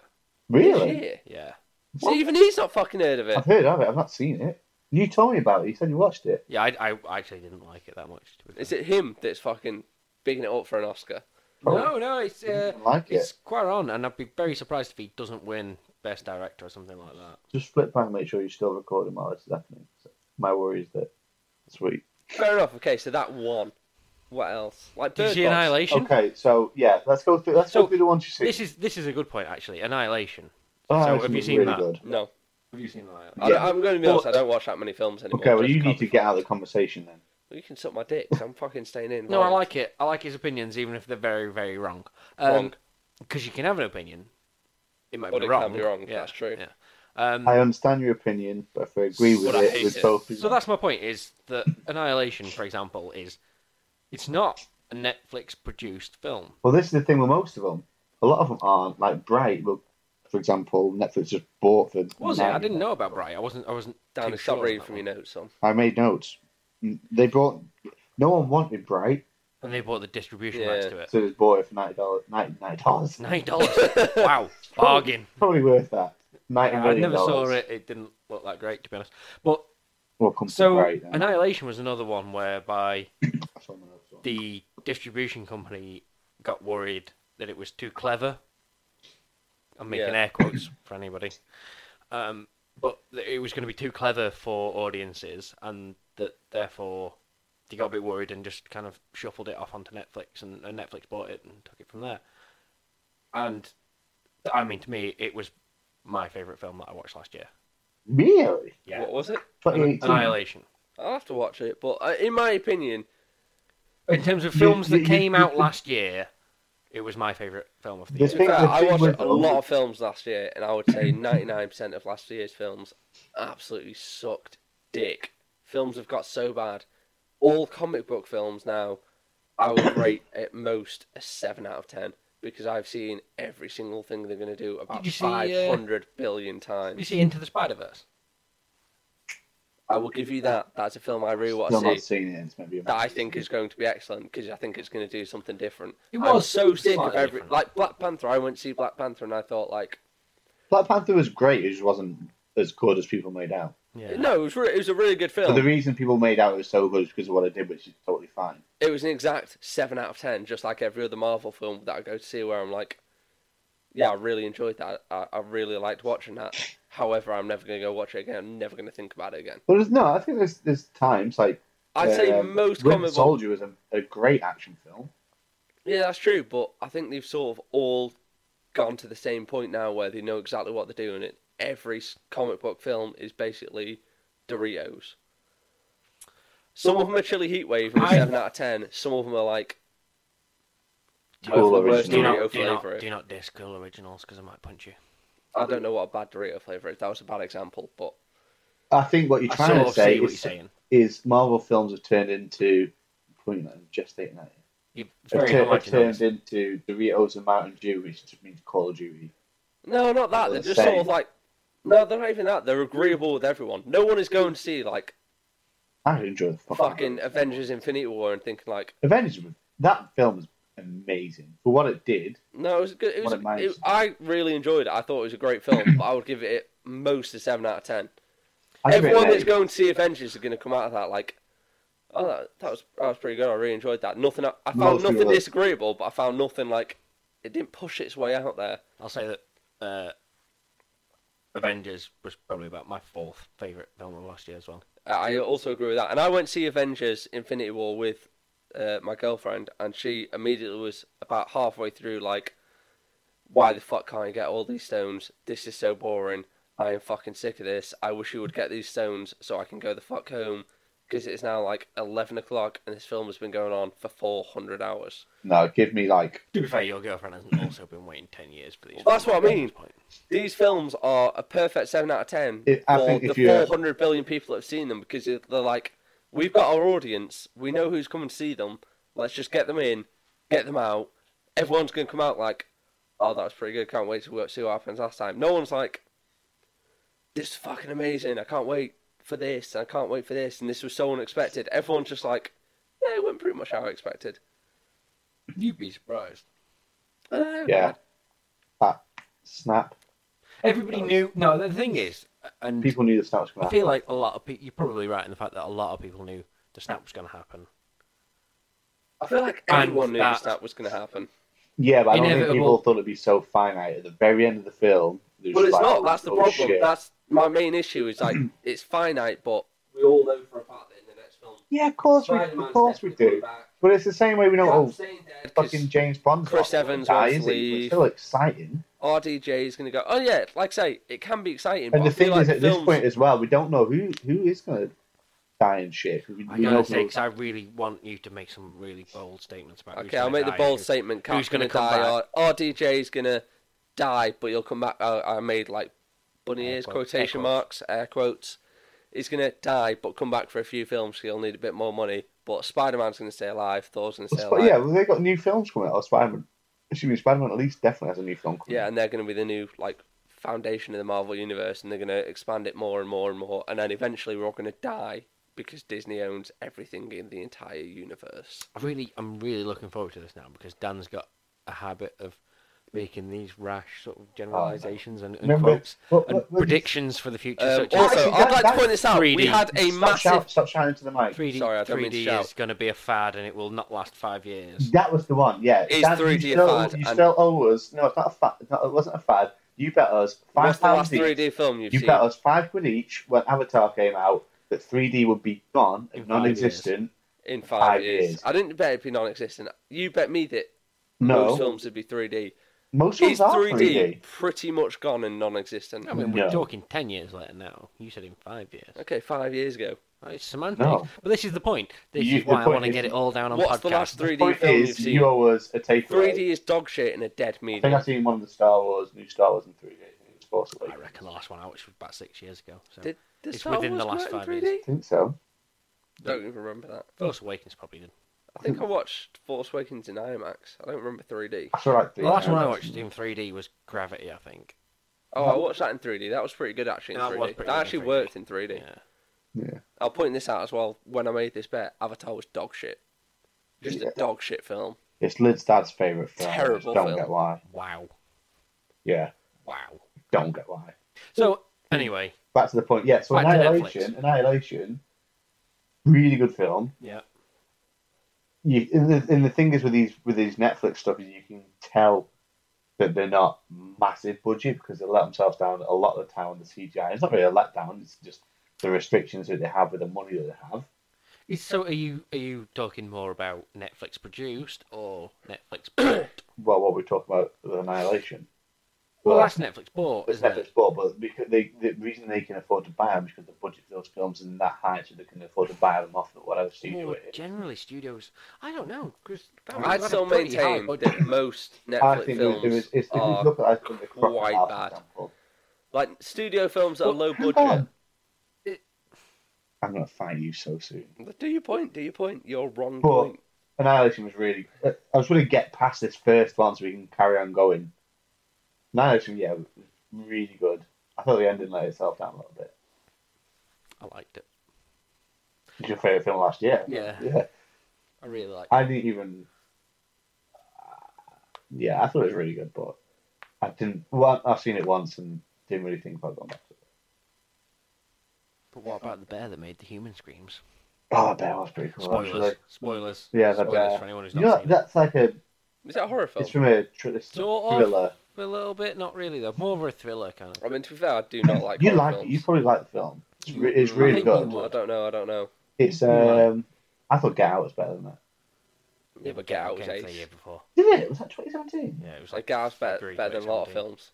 Really? Yeah. Yeah, So even he's not fucking heard of it. I've heard of it. I've not seen it. You told me about it. You said you watched it. yeah. I, I- I actually didn't like it that much. To be Is fair. it him that's fucking bigging it up for an Oscar? Oh. No, no. It's I uh, didn't like it. it's quite on, and I'd be very surprised if he doesn't win Best Director or something like that. Just flip back and make sure you're still recording while this is happening. So my worry is that. Sweet. Fair enough. Okay, so that one. What else? Like Did you Bird see Box. Annihilation? Okay, so yeah, let's go through. Let's So, go through the ones you see. This is this is a good point actually. Annihilation. Oh, so this have you is seen really that? Good. No, Have you seen Annihilation? I Yeah. don't- I'm going to be Well- honest. I don't watch that many films anymore. Okay, well, just you 'cause need to of- get out of the conversation then. Well, you can suck my dick. 'cause I'm fucking staying in. No, I Wrong. like it. I like his opinions, even if they're very, very wrong. Wrong. Because you can have an opinion. It might But be it can wrong. be wrong, Yeah, that's true. Yeah. Um, I understand your opinion, but if I agree with But I it, hate with it. both of so that's my point: is that Annihilation, for example, is it's not a Netflix-produced film. Well, this is the thing with most of them. A lot of them aren't like Bright. Will for example, Netflix just bought the. Was it? I nine- didn't know about Bright. I wasn't. I wasn't. Dan, too stop sure reading on from that your notes, son. I made notes. They bought. No one wanted Bright, one. And they bought the distribution Yeah. rights to it. so they bought it for ninety dollars. Ninety nine dollars. Nine dollars. wow, bargain. Probably worth that. Ninety I million never saw dollars. it. It didn't look that great, to be honest. But Well, come so Bright. Then. Annihilation was another one whereby That's on the notes one. the distribution company got worried that it was too clever. I'm making Yeah. air quotes for anybody. Um, but that it was going to be too clever for audiences, and that therefore they got a bit worried and just kind of shuffled it off onto Netflix, and, and Netflix bought it and took it from there. And I mean, to me, it was my favorite film that I watched last year. Really? Yeah, What was it? Twenty eighteen. Annihilation. I'll have to watch it, but uh, in my opinion, In terms of You- films you- that you- came out last year, it was my favorite film of the This year. in think fact, the I thing watched with a all lot the- of films last year, and I would say 99% of last year's films absolutely sucked dick. Films have got so bad. All comic book films now, I would rate at most a 7 out of 10 because I've seen every single thing they're going to do about Did you see, uh, five hundred billion Did you times. see Into the Spider Verse? I will give you that. That's a film I really want Still to not see. seen it. It's going to be a That I think is going to be excellent because I think it's going to do something different. It was I was so sick of slightly every different. like Black Panther. I went to see Black Panther and I thought like Black Panther was great. It just wasn't as good as people made out. Yeah. No, it was, re- it was a really good But film. the reason people made out it was so good is because of what I did, which is totally fine. It was an exact 7 out of 10, just like every other Marvel film that I go to see where I'm like, yeah, I really enjoyed that. I, I really liked watching that. However, I'm never going to go watch it again. I'm never going to think about it again. But there's, no, I think there's there's times like I'd say um, most Winter comic book. Soldier was a, a great action film. Yeah, that's true, but I think they've sort of all gone to the same point now where they know exactly what they're doing. And every s- comic book film is basically Doritos. Some of them are Chili Heat Wave and a I- 7 out of 10. Some of them are like, Cool the worst Do original. Dorito not, do, not, flavour. do not disc Cool Originals because I might punch you. I don't know what a bad Dorito flavour is. That was a bad example, but I think what you're I trying sort to of say see what you're is, saying. is Marvel films have turned into point I'm just stating that You're have very turned, have much turned into Doritos and Mountain Dew, which just means Call of Duty. no, not that. They're They're just the sort same. of like, no, they're not even that. They're agreeable with everyone. No one is going to see like I enjoyed the fucking Avengers: Infinity War and thinking like, Avengers. was- That film was amazing for what it did. no, it was good. It was. What it managed it- I really enjoyed it. I thought it was a great film. but I would give it at most a seven out of ten. I give it an Everyone that's eight. going to see Avengers are going to come out of that like, oh, that, that was that was pretty good. I really enjoyed that. Nothing. I, I found Most nothing people- disagreeable, but I found nothing like it didn't push its way out there. I'll say that uh, Avengers was probably about my fourth favourite film of last year as well. I also agree with that. And I went to see Avengers Infinity War with uh, my girlfriend, and she immediately was about halfway through, like, why the fuck can't I get all these stones? This is so boring. I am fucking sick of this. I wish you would get these stones so I can go the fuck home. Because it is now like 11 o'clock, and this film has been going on for 400 hours. No, give me like To be fair, your girlfriend hasn't also been waiting 10 years for these Well, that's films what I at mean. this point. These films are a perfect 7 out of 10 If- I for think the if you're- 400 billion people that have seen them because they're they're like, we've got our audience, we know who's coming to see them, let's just get them in, get them out. Everyone's going to come out like, oh, that was pretty good, can't wait to wo- see what happens last time. No one's like, this is fucking amazing, I can't wait for this, I can't wait for this, and this was so unexpected. Everyone's just like, yeah, it went pretty much how I expected. You'd be surprised. I don't know. yeah, that snap. Everybody knew. No, the thing is, and People knew the snap was I going to feel like a lot of people. You're probably right in the fact that a lot of people knew the snap was going to happen. I feel like And everyone knew that- that was going to happen. Yeah, but I don't think Inevitable. people thought it'd be so finite at the very end of the film. there's Well, it's like, not. That's the oh, problem. shit. That's my main issue. Is like it's finite, but we all know for a fact that in the next film, Yeah, of course we, of course we do. But it's the same way we know. Oh, fucking James Bond. Chris dies, Evans wants to isn't he? leave. It's still exciting. RDJ is going to go. Oh yeah, like I say, it can be exciting. And but the I feel thing like is, at films, this point as well, we don't know who who is going to die and shit. We, I we know gotta who- say, 'cause I really want you to make some really bold statements about. who's okay, I'll gonna make the die, bold who- statement. Cap's who's gonna going to come die. R- RDJ is going to die, but he'll come back. I, I made like bunny Air ears quotes, quotation air quotes. marks, air quotes. He's going to die, but come back for a few films. 'cause He'll need a bit more money. But Spider Man's going to stay alive. Thor's going to stay But alive. yeah, well, they got new films coming out. Spider Man, excuse me, Spider Man at least definitely has a new film coming. Yeah, out. and they're going to be the new like foundation of the Marvel universe, and they're going to expand it more and more and more, and then eventually we're all going to die because Disney owns everything in the entire universe. I really, I'm really looking forward to this now because Dan's got a habit of making these rash sort of generalizations and, and Remember- quotes Well, and well, well, predictions for the future. Um, such as also, Actually, I'd that- like to that's point this out. 3D. We had a Stop, massive. shout, stop shouting to the mic. 3D, Sorry, I don't mean to 3D shout. is going to be a fad and it will not last five years. That was the one, yeah. It's Dan, through you the still, fad you and- still owe us. No, it's not a fad. No, it wasn't a fad. You bet us What's five the pounds last each. 3D film you've You seen? bet us five quid each when Avatar came out that 3D would be gone In and five non-existent. in five, Five years. years. I didn't bet it'd be non-existent. You bet me that most No, films would be 3D. most Is films are 3D, 3D. pretty much gone and non-existent? I mean, we're No. talking ten years later now. You said in five years. Okay, five years ago. It's semantics, No. but this is the point. This You- is the why I point want to is- get it all down on What's podcast. the last 3D Point film is, you've seen? you owe us a takeaway. 3D is dog shit and a dead I think medium. I've seen one of the Star Wars, new Star Wars in 3D. I think it's Force I Awakens. reckon the last one out, which was about six years ago. So Did- Does It's Star within the Wars last come out in five years. 3D? I think so. Don't even remember that. Force Awakens probably did. I think I watched Force Awakens in IMAX. I don't remember 3D. I feel like The last one I watched in 3D was Gravity, I think. Oh, I watched that in 3D. That was pretty good actually in That 3D. was pretty that good in actually 3D. worked in 3D. Yeah. I'll point this out as well. When I made this bet, Avatar was dog shit. Just Yeah. a dog shit film. It's Lid's dad's favourite film. I just Terrible Don't film. get why. Wow. Yeah, Wow. don't get why. So anyway, Back to the point. Yeah, so Back to Annihilation, Netflix. Annihilation, really good film. yeah. you and the, and the thing is with these with these Netflix stuff is you can tell that they're not massive budget because they let themselves down a lot of the time on the CGI. It's not really a letdown; it's just the restrictions that they have with the money that they have. Is- So are you are you talking more about Netflix produced or Netflix bought? Well, what we talk about with Annihilation, well, that's Netflix bought, it's isn't it? Netflix bought, but because they the reason they can afford to buy them is because the budget for those films isn't that high, so they can afford to buy them off at whatever studio Well, it is. generally, studios. I don't know. 'cause that was- I'd that's still a pretty high maintain budget. that most I Netflix think it was, it was, films it's, if you are look at I think the Crocodile, quite for bad. example, like studio films that are Well, low hang budget. on. I'm gonna fight you so soon. Do your point. Do your point. Your wrong But- point. Annihilation was really. uh, I was going to get past this first one so we can carry on going. Annihilation, yeah, was really good. I thought the ending let itself down a little bit. I liked it. It's your favourite film last year. Yeah, Yeah. I really liked. it. I didn't even. Yeah, I thought it was really good, but I didn't. Well, I've seen it once and didn't really think about going back to it. But what about the bear that made the human screams? Oh, that bear was pretty cool, Spoilers. actually. Spoilers. Yeah, the Spoilers bear. for anyone who's You not know, seen it. that's like a. Is that a horror film? It's from a thr- it's Sort of. thriller. A little bit, not really though. More of a thriller kind of. I mean, to be fair, I do not like. you horror like it. films. You probably like the film. It's, re- it's I really think you good. would. I don't know. I don't know. It's. Yeah. um. I thought Get Out was better than that. Yeah, but Get Out eh? was came the year ace. before. Did it? Was that 2017? Yeah, it was Like like Get Out's better, February better than a lot 2017. of films.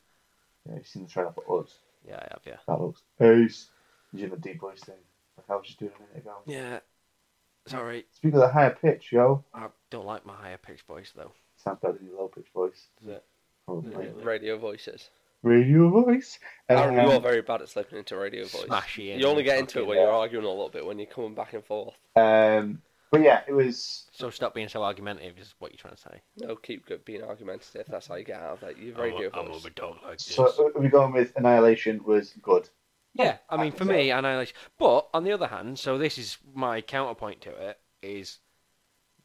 Yeah, you've seen the trailer for Us. Yeah, I have. Yeah. That looks ace. You did the deep voice thing. Like I was just doing a minute ago. Yeah. Mm-hmm. Sorry, Speak with a higher pitch, yo. I don't like my higher pitched voice though. Sounds better than your low pitch voice. Is it? Probably. Yeah. Radio voices. Radio voice. Aaron, you are Um, very bad at slipping into radio voice. Smashy. and You only get into it fucking- when yeah. you're arguing a little bit, when you're coming back and forth. um, but yeah, it was. So stop being so argumentative. Is what you're trying to say? No, keep go- being argumentative. That's how you get out of that. You radio I'm, voice. a dog like this. So are we going with Annihilation was good. yeah, I mean for me, annihilation. But on the other hand, so this is my counterpoint to it is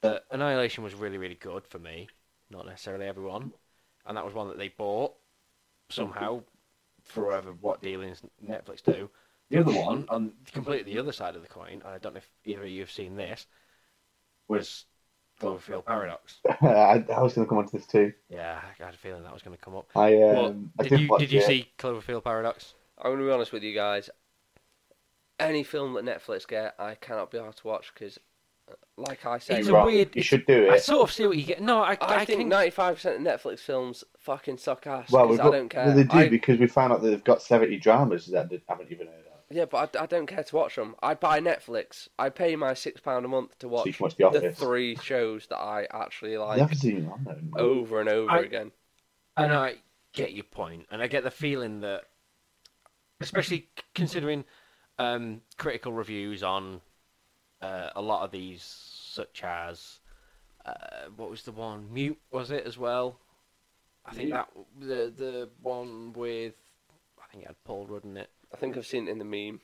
that annihilation was really really good for me, not necessarily everyone, and that was one that they bought somehow, forever what dealings Netflix do. The other one on completely the other side of the coin, and I don't know if either of you have seen this, was Cloverfield Paradox. I, I was going to come onto this too. Yeah, I had a feeling that was going to come up. I Well, um, I did you watch did you it. see Cloverfield Paradox? I'm going to be honest with you guys. Any film that Netflix get, I cannot be hard to watch because, like I say, It's You're a right. weird- You it's- should do I it. sort of see what you get. No, I I, think can- 95% of Netflix films fucking suck ass. Well, 'cause we've I got- don't care. well, they do I- because we found out that they've got seventy dramas that I haven't even heard of. yeah, but I, I don't care to watch them. I buy Netflix. I pay my six pound a month to So watch you can watch The the Office. three shows that I actually The like oh, Office isn't on there. over and over I- again. And I get your point, and I get the feeling that, especially c- considering um, critical reviews on uh, a lot of these, such as uh, what was the one mute was it as well? I think that the the one with think it had Paul Rudd in it. I think I've seen it in the meme.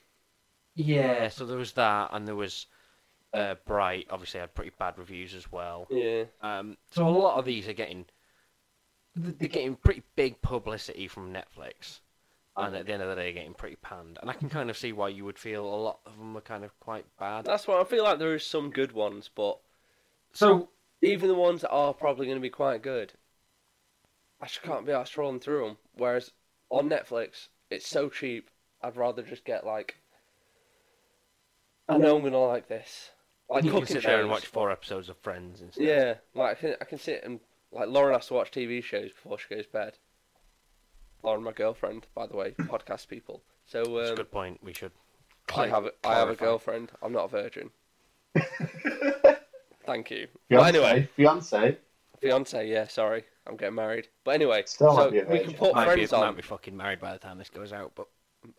Yeah, so there was that, and there was uh, Bright. Obviously, had pretty bad reviews as well. Yeah. Um, so a lot of these are getting they're getting pretty big publicity from Netflix, and at the end of the day, getting pretty panned. And I can kind of see why you would feel a lot of them are kind of quite bad. That's why I feel like there is some good ones, but So even the ones that are probably going to be quite good, I just can't be asked rolling through them. Whereas on Netflix, it's so cheap. I'd rather just get like, I know I'm going to like this. Like you can cooking sit there and shows. watch four episodes of Friends instead. Yeah, like I can, I can sit and like Lauren has to watch TV shows before she goes to bed. Lauren, my girlfriend, by the way, podcast people. So that's a um, good point. We should. I have a, I have a clarify. girlfriend. I'm not a virgin. Thank you. But Fiance, anyway, fiance. fiance. Yeah, sorry, I'm getting married. But anyway, Still so might be a we can virgin. put Might be, friends on. might be fucking married by the time this goes out, but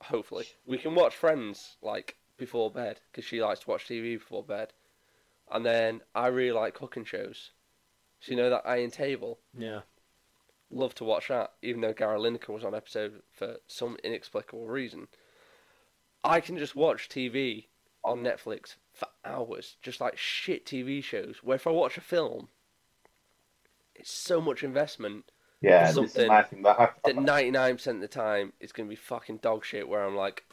Hopefully, we can watch Friends like before bed because she likes to watch TV before bed, and then I really like cooking shows. So you know that Iron Table. yeah, love to watch that, even though Gary Lineker was on episode for some inexplicable reason. I can just watch TV on Netflix for hours, just like shit TV shows. Where if I watch a film, it's so much investment Yeah, Something this is my thing. That I, that ninety nine percent of the time it's gonna be fucking dog shit. Where I'm like,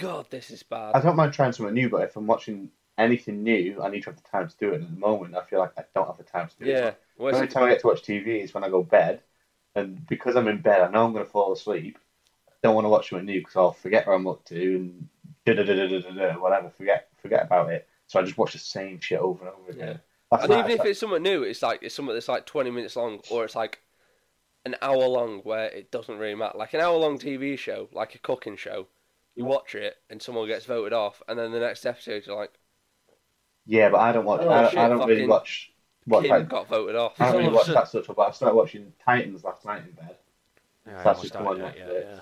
God, this is I bad. don't mind trying something new, but if I'm watching anything new, I need to have the time to do it. And at the moment, I feel like I don't have the time to do Yeah, it. The whereas only time I get to watch TV is when I go to bed, and because I'm in bed, I know I'm going to fall asleep. I don't want to watch something new because I'll forget where I'm up to and da da da da da da whatever. Forget forget about it. So I just watch the same shit over and over again. Last And night even I if sat- it's something new, it's like it's something that's like twenty minutes long, or it's like an hour long, where it doesn't really matter. Like an hour long TV show, like a cooking show, you watch it and someone gets voted off, and then the next episode you're like, yeah, but I don't watch. Oh, I, don't- shit, I don't really fucking watch. What Kim like, got voted off. I It's don't really all watch absurd. that sort of stuff. But I started watching Titans last night in bed. yeah, I That's almost the died, one, yeah, yeah. yeah.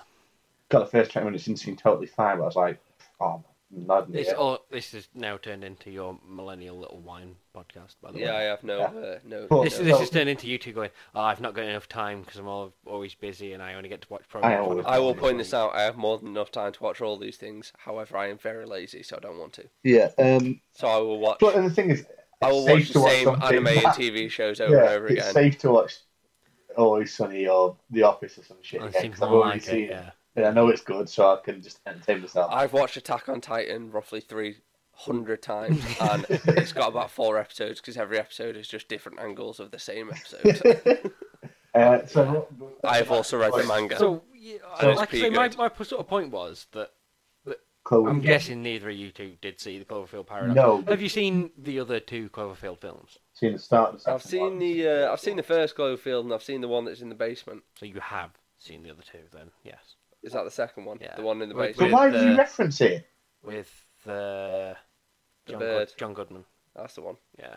Got the first twenty minutes and seemed totally fine, but I was like, oh, I'm not This yeah. all this is now turned into your millennial little wine podcast, by the Yeah, I way. have no, uh, no. Well, This, no- this so- has turned into you two going. Oh, I've not got enough time because I'm all, always busy and I only get to watch programs. I always- I will point this out. I have more than enough time to watch all these things. However, I am very lazy, so I don't want to. yeah. Um, So I will watch. but the thing is, I will it's safe watch the to watch same something anime and that- TV shows over and over it's again. safe to watch Always Sunny or The Office or some shit. And again, seems 'cause I've more already like seen it, yeah. And I know it's good, so I can just entertain myself. I've watched Attack on Titan roughly 300 times, and it's got about four episodes because every episode is just different angles of the same episode. Uh, so I have also read the manga. So, yeah, So I- it's like I pretty say, my, good. my sort of point was that Chloe- I'm guessing neither of you two did see the Cloverfield Paradox. No. Have you seen the other two Cloverfield films? seen the start. Of the I've second seen one. the uh, I've seen the first Glowfield, and I've seen the one that's in the basement. So you have seen the other two, then? Yes. Is that the second one? Yeah. The one in the Wait, So basement. wait. why with, did you uh, reference it? With uh, The John, bird. Good- John Goodman. That's the one. Yeah.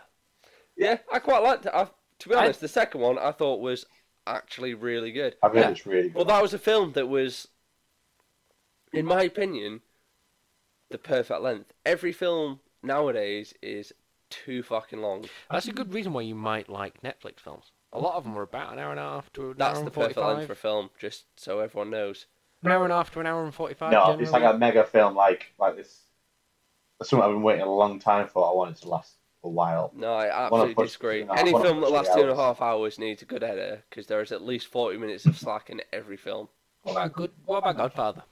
Yeah, I quite liked it. I, to be I- honest, the second one I thought was actually really good. I read Yeah. it's really Well, good. that was a film that was, in my opinion, the perfect length. Every film nowadays is too fucking long. That's a good reason why you might like Netflix films. A lot of them were about an hour and a half to an That's hour the and perfect length for a forty-five. film, just so everyone knows. An hour and a half to an hour and forty-five. no, generally. it's like a mega film, like like this. That's something I've been waiting a long time for. I want it to last a while. No, I One absolutely of us- disagree. no, Any one of film that us lasts three two and a hours. half hours needs a good editor because there is at least 40 minutes of slack in every film. What about good? What about Godfather?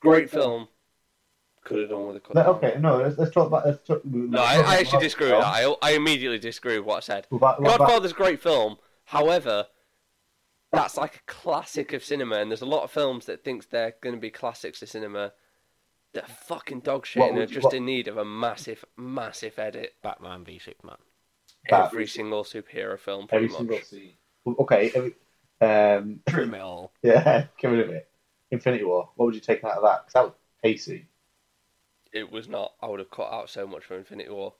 Great film. Could have done with a cut. But, down. okay, no, let's, let's talk about. Let's talk, No, I, I actually disagree with that. I, I immediately disagree with what I said. What about- what about- Godfather's a great film. However, that's like a classic of cinema, and there's a lot of films that thinks they're going to be classics of cinema that are fucking dog shit What and are would you- just what- in need of a massive, massive edit. Batman v Superman. That- Every single superhero film, pretty Every single much. scene. Okay. Every, um, Trim it all. yeah, get rid of it. Infinity War. What would you take out of that? Because that was pacey. It was not. I would have cut out so much from Infinity War.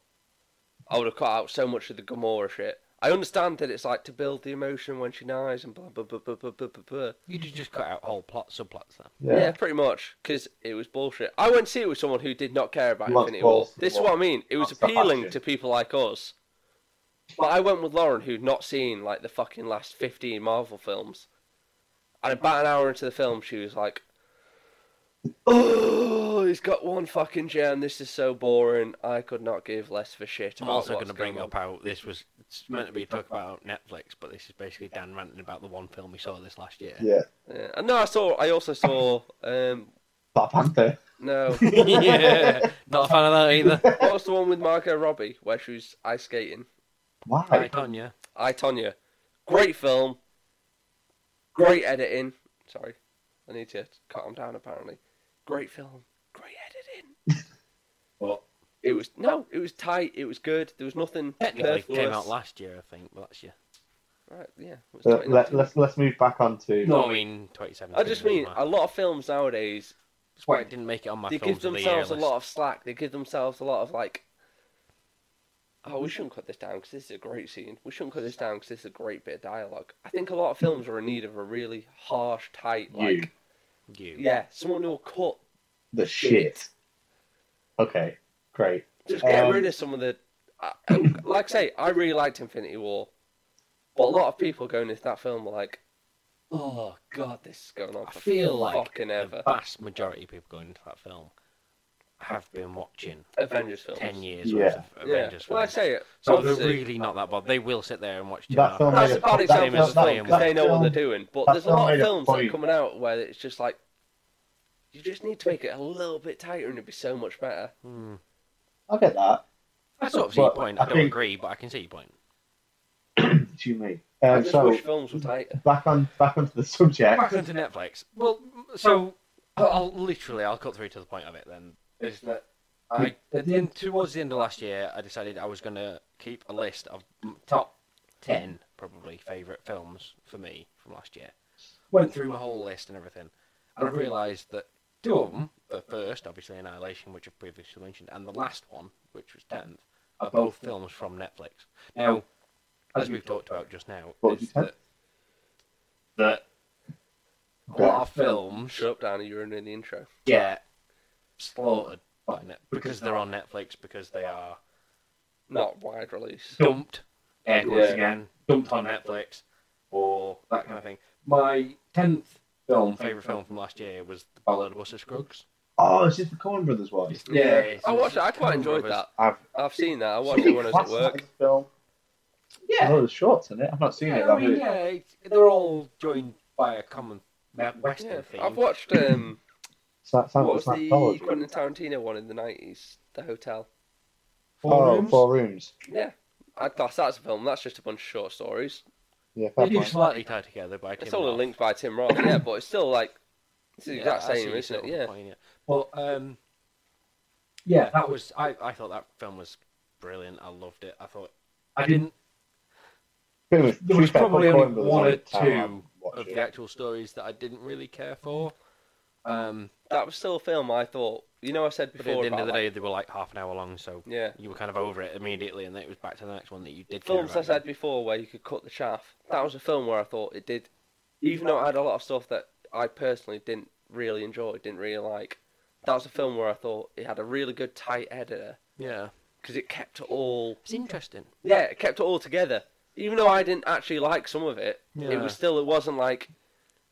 I would have cut out so much of the Gamora shit. I understand that it's like to build the emotion when she dies and blah blah blah blah blah blah blah. blah. You could just cut out whole plot subplots then. Yeah. Yeah, pretty much, because it was bullshit. I went to see it with someone who did not care about Lots Infinity of War. balls to the This is wall. what I mean. It was Lots of appealing action. to people like us. But I went with Lauren, who'd not seen like the fucking last fifteen Marvel films, And about an hour into the film, she was like, "Oh, he's got one fucking gem. This is so boring. I could not give less of a shit." I'm about also what's going to bring going on." up how this was it's meant to be a talk about Netflix, but this is basically Dan ranting about the one film he saw this last year. Yeah. Yeah. And no, I saw. I also saw. Um, Black Panther. no, yeah, not a fan of that either. what was the one with Margot Robbie where she was ice skating? Why? Right, Tonya. I Tonya, great film, great editing. Sorry, I need to calm down. Apparently, great film, great editing. Well, It was no, it was tight. It was good. There was nothing. Technically superfluous. came out last year, I think, but that's your. Right, yeah. it was uh, tight enough let, to- let's let's move back on to No, I mean 2017. I just mean doesn't a matter. lot of films nowadays That's why it didn't make it on my they films give of the year themselves a list. lot of slack. They give themselves a lot of like, oh, we shouldn't cut this down because this is a great scene. We shouldn't cut this down because this is a great bit of dialogue. I think a lot of films are in need of a really harsh, tight you. like, You. yeah, someone who'll cut the shit. Okay, great. Just get Um, rid of some of the. I, like I say, I really liked Infinity War, but a lot of people going into that film were like, "Oh God, this is going on." I for feel like fucking the ever vast majority of people going into that film have been watching Avengers films. ten years Yeah. worth of Avengers yeah. Well, I films. say it. So they're obviously, really not that bothered. They will sit there and watch two That and a film half made hours. that's a a, bad that example film- of film that because they know what film- they're doing. But that there's a film lot made of a films that are point. coming out where it's just like you just need to make it a little bit tighter, and it'd be so much better. Hmm. I get that. I sort of see your But point. I I don't think- agree, but I can see your point. Excuse me. I Um, just so wish films were tighter. back on back onto the Back subject. onto Netflix. Well, so I'll, I'll literally I'll cut through to the point of it then. Is that I at the end, towards the end of last year I decided I was gonna keep a list of m- top ten probably favorite films for me from last year. Went through my whole list and everything, and I realised that two of them, the first obviously Annihilation, which I've previously mentioned, and the last one, which was tenth, are both films from Netflix. Now, as we've talked about just now, What was is your that, that a lot of films Shut up, Danny. You're in the intro. get slaughtered by net because they're on Netflix because they are Not wide release. dumped air quotes Yeah. again dumped on Netflix or that kind of thing. My tenth film, favorite film from last year, was The Ballad of Buster Scruggs. Oh, is this the Coen Brothers one? Yeah, I watched. it. I quite enjoyed Brothers. that. I've I've seen that. I watched it when I was at classed that work. as a film. Yeah. Oh, there's shorts in it. I've not seen it. Yeah, I I've mean, heard- yeah, it's- they're all joined by a common Western Yeah, theme. I've watched. Um, So that sounds what like was Snack the College. Quentin Tarantino one in the nineties? The Hotel. oh, rooms. Four Rooms. Yeah, I class that as a film. That's just a bunch of short stories. Yeah, fair They do point. slightly tie together by. It's Tim all Roth. linked by Tim Roth. Yeah, but it's still like it's the exact I see same, your isn't sort it? of Yeah. point, Well, um, yeah, that was. I, I thought that film was brilliant. I loved it. I thought I didn't. Pretty much- There was to be fair, probably Coen only Brothers one or only time I've two watched of it. the actual stories that I didn't really care for. Um, That was still a film. I thought. You know, I said but before. at the end about, of the like, day, they were like half an hour long, so yeah. you were kind of over it immediately, and then it was back to the next one that you did. Care Films I about. said before where you could cut the chaff. That was a film where I thought it did, even though it had a lot of stuff that I personally didn't really enjoy, didn't really like. That was a film where I thought it had a really good tight editor Yeah, because it kept it all. it's interesting. Yeah, it kept it all together. Even though I didn't actually like some of it, it Yeah. was still it wasn't like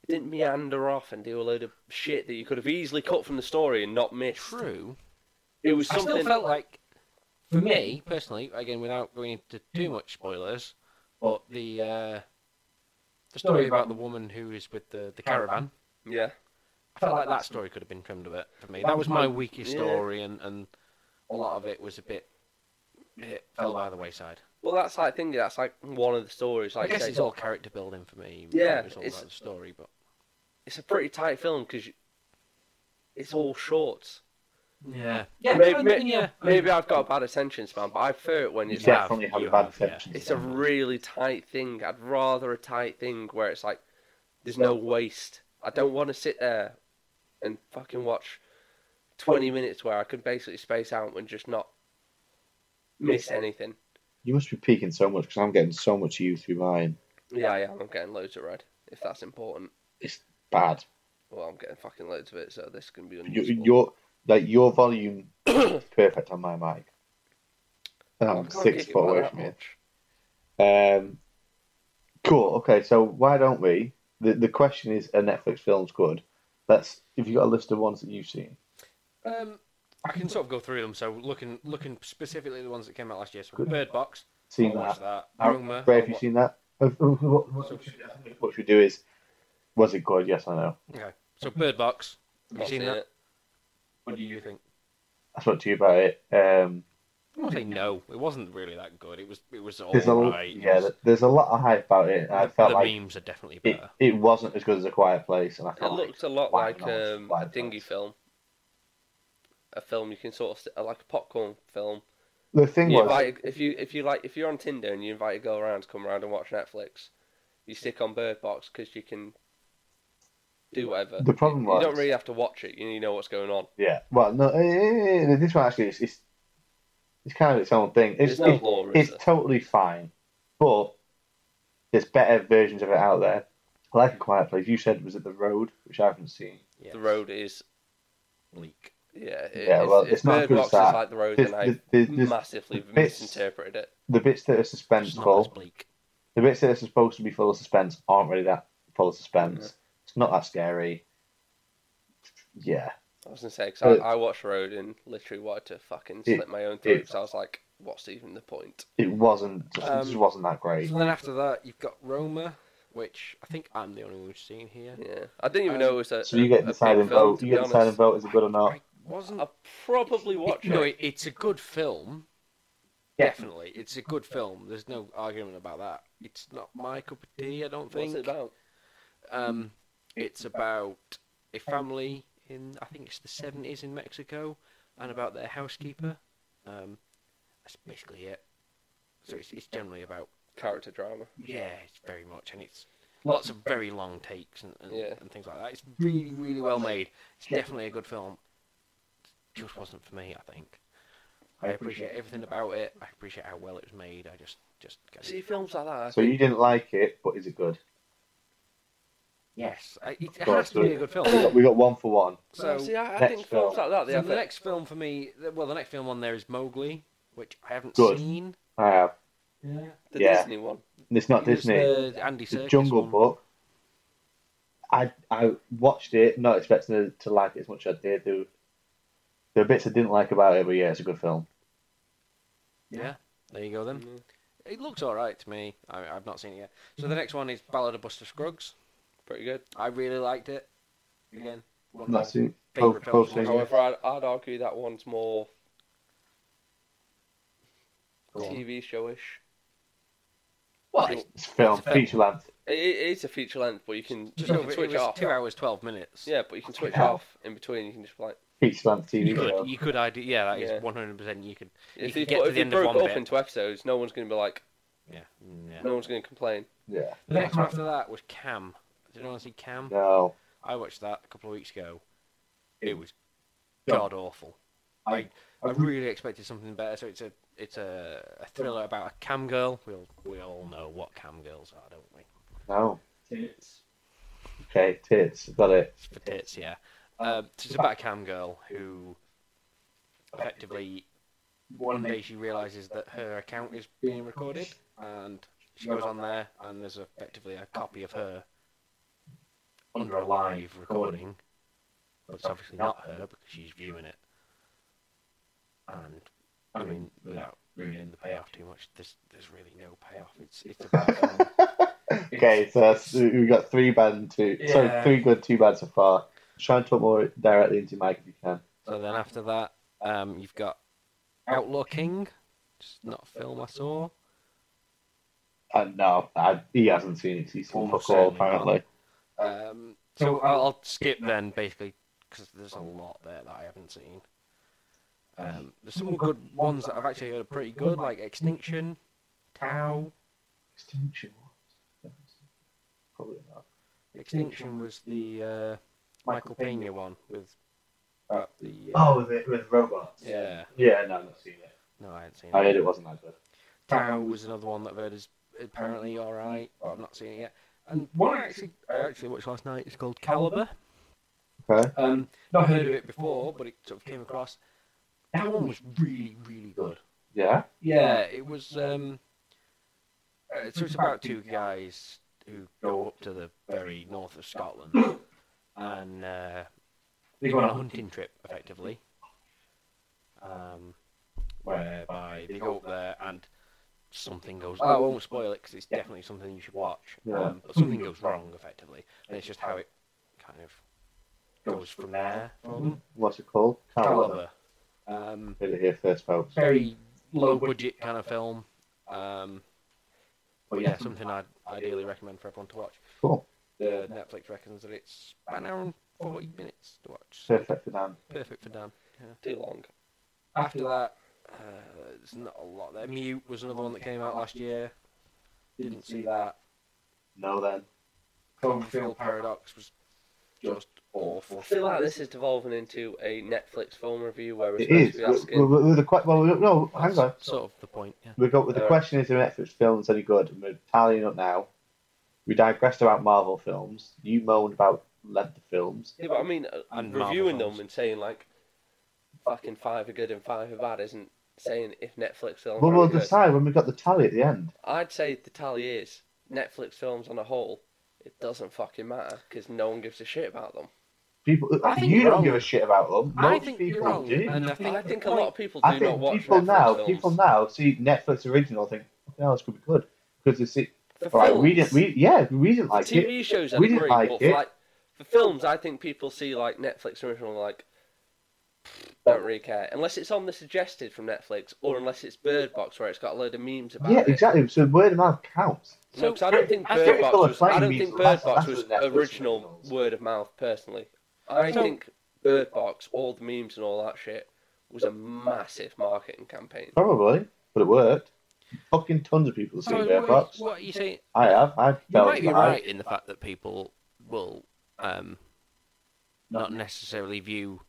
it didn't meander off and do a load of shit that you could have easily cut from the story and not missed. True. It was I still something. felt like, Mm-hmm. for me personally, again without going into too much spoilers, but the uh, the story about the woman who is with the, the caravan, Yeah, I felt like that story could have been trimmed a bit for me. That was my weakest Yeah. story, and, and a lot of it was a bit it fell by the wayside. well, that's like thinking that's like one of the stories. Like I guess say, it's all character building for me. Yeah, it was all it's- about the story, but it's a pretty tight film because it's all shorts. yeah, yeah, maybe, maybe I've got a bad attention span, but I prefer it when You it's Yeah. like, definitely have you a bad have, yeah. perception. it's a really tight thing. I'd rather a tight thing where it's like there's no waste. I don't want to sit there and fucking watch 20 minutes where I can basically space out and just not miss anything. You must be peaking so much because I'm getting so much of you through mine. Yeah, yeah, I'm getting loads of red. If that's important, Bad. well, I'm getting fucking loads of it, so this can be Your, unusable. your like your volume is perfect on my mic. And I I'm can't six kick it foot by away that from you. much. Um, cool. Okay, so why don't we the the question is, are Netflix films good? That's if you got a list of ones that you've seen. Um, I can sort of go through them. So looking looking specifically at the ones that came out last year. So Good. Bird Box. Seen I'll watch that? that. How- Roma, Ray, I'll have you wa- seen that? What, Oh, what, what, we should- I think what we do is, was it good? Yes, I know. Okay. So Bird Box. Have you Not seen that? it. What do you think? I spoke to you about it. Um, I'm gonna say no. It wasn't really that good. It was. It was all there's a right. It yeah, was- there's a lot of hype about it. and I the, felt the like memes are definitely it, better. it wasn't as good as a Quiet Place, and I uh, It felt like looked a lot Why like not? um, Why a dinghy not? film. A film you can sort of sit- like a popcorn film. the thing You was invite, if you if you like if you're on Tinder and you invite a girl around to come around and watch Netflix, you stick on Bird Box because you can do whatever. the problem you was don't really have to watch it. You know what's going on. yeah. Well, no, eh, eh, eh, this one actually is it's, it's kind of its own thing. It's There's no it's, law, is it's there? totally fine, but there's better versions of it out there. Like a Quiet Place, you said was it the Road, which I haven't seen. Yeah. The road is bleak. yeah. It, Yeah, well, if- if it's not as Bird good as Box that. is like the road, There's- and I there's- there's- there's- massively bits- misinterpreted it. The bits that are It's not as suspenseful, bleak. the bits that are supposed to be full of suspense, aren't really that full of suspense. It's not that scary. Yeah, I was gonna say because But- I, I watched Road and literally wanted to fucking It- slit my own it- throat because I was like, what's even the point? it wasn't. Just, it Um, just wasn't that great. So then after that, you've got Roma, which I think I'm the only one who's seen here. Yeah, I didn't even Um, know it was a. So you get a to decide big and film, vote. to You be get to decide and honest. vote. Is it good or not? I wasn't. I'll probably watch no, it. it, it's a good film. Yeah. Definitely, it's a good film. There's no argument about that. It's not my cup of tea, I don't What's think. it about? Um, it's about a family in, I think it's the 70s in Mexico, and about their housekeeper. Um, that's basically it. So it's, it's generally about, Character drama. yeah, it's very much, and it's lots of very long takes and, and, Yeah. and things like that. It's really, really well made. It's definitely a good film. It just wasn't for me, I think. I appreciate everything about it. I appreciate how well it was made. I just, just get See films like that. I So think- you didn't like it, but is it good? Yes, I, it Right, has to so- be a good We film. got, we got one for one. so So, see, I, I next think films like film. that. They So have the a- next film for me, th- well, the next film on there is Mowgli, which I haven't Good. seen. I have. Yeah. the yeah. Disney one. It's not Disney. uh, Andy It's Serkis Jungle one. Book. I I watched it, not expecting to, to like it as much as I did. There, were- there were bits I didn't like about it, but yeah, it's a good film. Yeah. There you go then. It looks all right to me. I, I've not seen it yet. So the next one is Ballad of Buster Scruggs. Pretty good. I really liked it. Again, one of my That's it. favourite Both- films. both things. Yeah. However, I'd, I'd argue that one's more Go on. TV showish. Well, It, it's It's a film, It's a film. feature length. it is a feature length, but you can, just you can over, it switch was it off. two hours twelve minutes. Yeah, but you can switch hell. off in between. You can just like Feature length TV You show. could, you could, idea, yeah, that Yeah. is one hundred percent. You could, if can you, get to put, if the you end of broke one it bit. up into episodes, no one's gonna be like, yeah, mm, yeah. no one's gonna complain. Yeah. The next one after that was Cam. Did anyone see Cam? No. I watched that a couple of weeks ago. It- It was Yeah. god awful. I, I really expected something better. So it's a it's a, a thriller about a cam girl. We all we all know what cam girls are, don't we? No. Okay, tits. Got it. It's for tits, yeah. Um, so it's about a cam girl who effectively one day she realizes that her account is being recorded, and she goes on there, and there's effectively a copy of her under a live recording, but it's obviously not her because she's viewing it. And I mean, without ruining the payoff too much, there's there's really no payoff. It's it's about Okay, so that's, we've got three bad and two. Sorry, Yeah. three good, two bad so far. Try and talk more directly into your mic if you can. So then after that, um, you've got Outlaw King, just not a film I saw. Uh, no, I, he hasn't seen it. He's seen Almost fuck all, certainly not. apparently. Um, so I'll, I'll skip then, basically, because there's a lot there that I haven't seen. Um, there's some good ones that I've actually heard are pretty good, like Extinction, Tau. Extinction. Probably not. Extinction was the uh, Michael Pena one with about the uh, Oh, with, it, with robots. yeah. Yeah, no, I've not seen it. No, I haven't seen I it. heard it wasn't that good. Tau was another one that I've heard is apparently all right, but I've not seen it yet. And Um, one I actually I actually watched last night is called uh, Caliber. Okay. Um, not heard of it before, but it sort of came across. That one was really, really good. Yeah. Yeah, it was. Um, uh, so it's about two guys who go up to the very north of Scotland and uh, they go on a hunting trip, effectively. Um, whereby they go up there and something goes. I won't spoil it because it's definitely something you should watch. Um, but something goes wrong, effectively, and it's just how it kind of goes from there. for them. What's it called? Carol. However, um, Heard it here first, folks. very low budget kind of film. Um, but yeah, something I'd ideally recommend for everyone to watch. Cool. The Netflix reckons that it's about an hour and 40 minutes to watch. so Perfect for Dan. Perfect for Dan. Too long. After that, uh, there's not a lot there. Mute was another one that came out last year. Didn't see that. No, then. Cloverfield Paradox was just awful. I feel like this is devolving into a Netflix film review where we're It supposed is. to be asking. With- with- with the que- well, we don't- no, hang on. That's Sort of the point, yeah. We've got with the Alright. question is the Netflix films any good? And we're tallying up now. We digressed about Marvel films. You moaned about length of films. Yeah, but I mean, uh, And reviewing Marvel them and saying like, fucking five are good and five are bad isn't saying if Netflix films. Well, are we'll Oh, good. decide when we got the tally at the end. I'd say the tally is Netflix films on a whole. It doesn't fucking matter because no one gives a shit about them. People, I think you you're don't wrong. give a shit about them. I Most think people you're wrong, do. and I I think, think, the a lot point- of people do I not think watch people Netflix now, films. people now see Netflix original think, oh, this could be good because they see. For All right, we films. didn't. We yeah, we didn't like it. TV shows, I We agree, didn't like but it. like for films, I think people see like Netflix original like don't really care unless it's on the suggested from Netflix or unless it's Bird Box where it's got a load of memes about Yeah, it. exactly. So word of mouth counts. No, 'cause I don't think I Bird think Box people are was. I playing don't these- think Bird that's- Box that's was the Netflix original originals. word of mouth. Personally, I So- think Bird Box, all the memes and all that shit, was a massive marketing campaign. Probably, but it worked. Fucking tons of people see So Bear what, Box. what are you saying? I have. I felt Oh, You might be that I- right in the fact that people will um, not necessarily view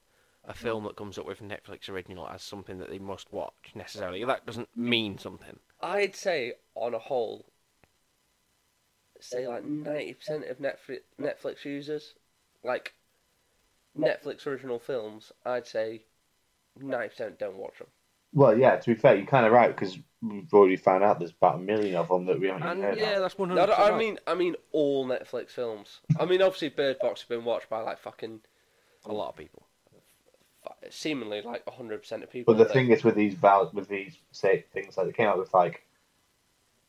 a film that comes up with Netflix original as something that they must watch necessarily. That doesn't mean something. I'd say on a whole, say like ninety percent of Netflix Netflix users, like Netflix original films, I'd say ninety percent don't watch them. Well, yeah. To be fair, you're kind of right because we've already found out there's about a million of them that we haven't even And heard yeah, of. that's one No, hundred. no, I mean, I mean all Netflix films. I mean, obviously Bird Box has been watched by like fucking a lot of people. fu- seemingly like hundred percent of people. But the that- thing is, with these val- with these say things like they came out with like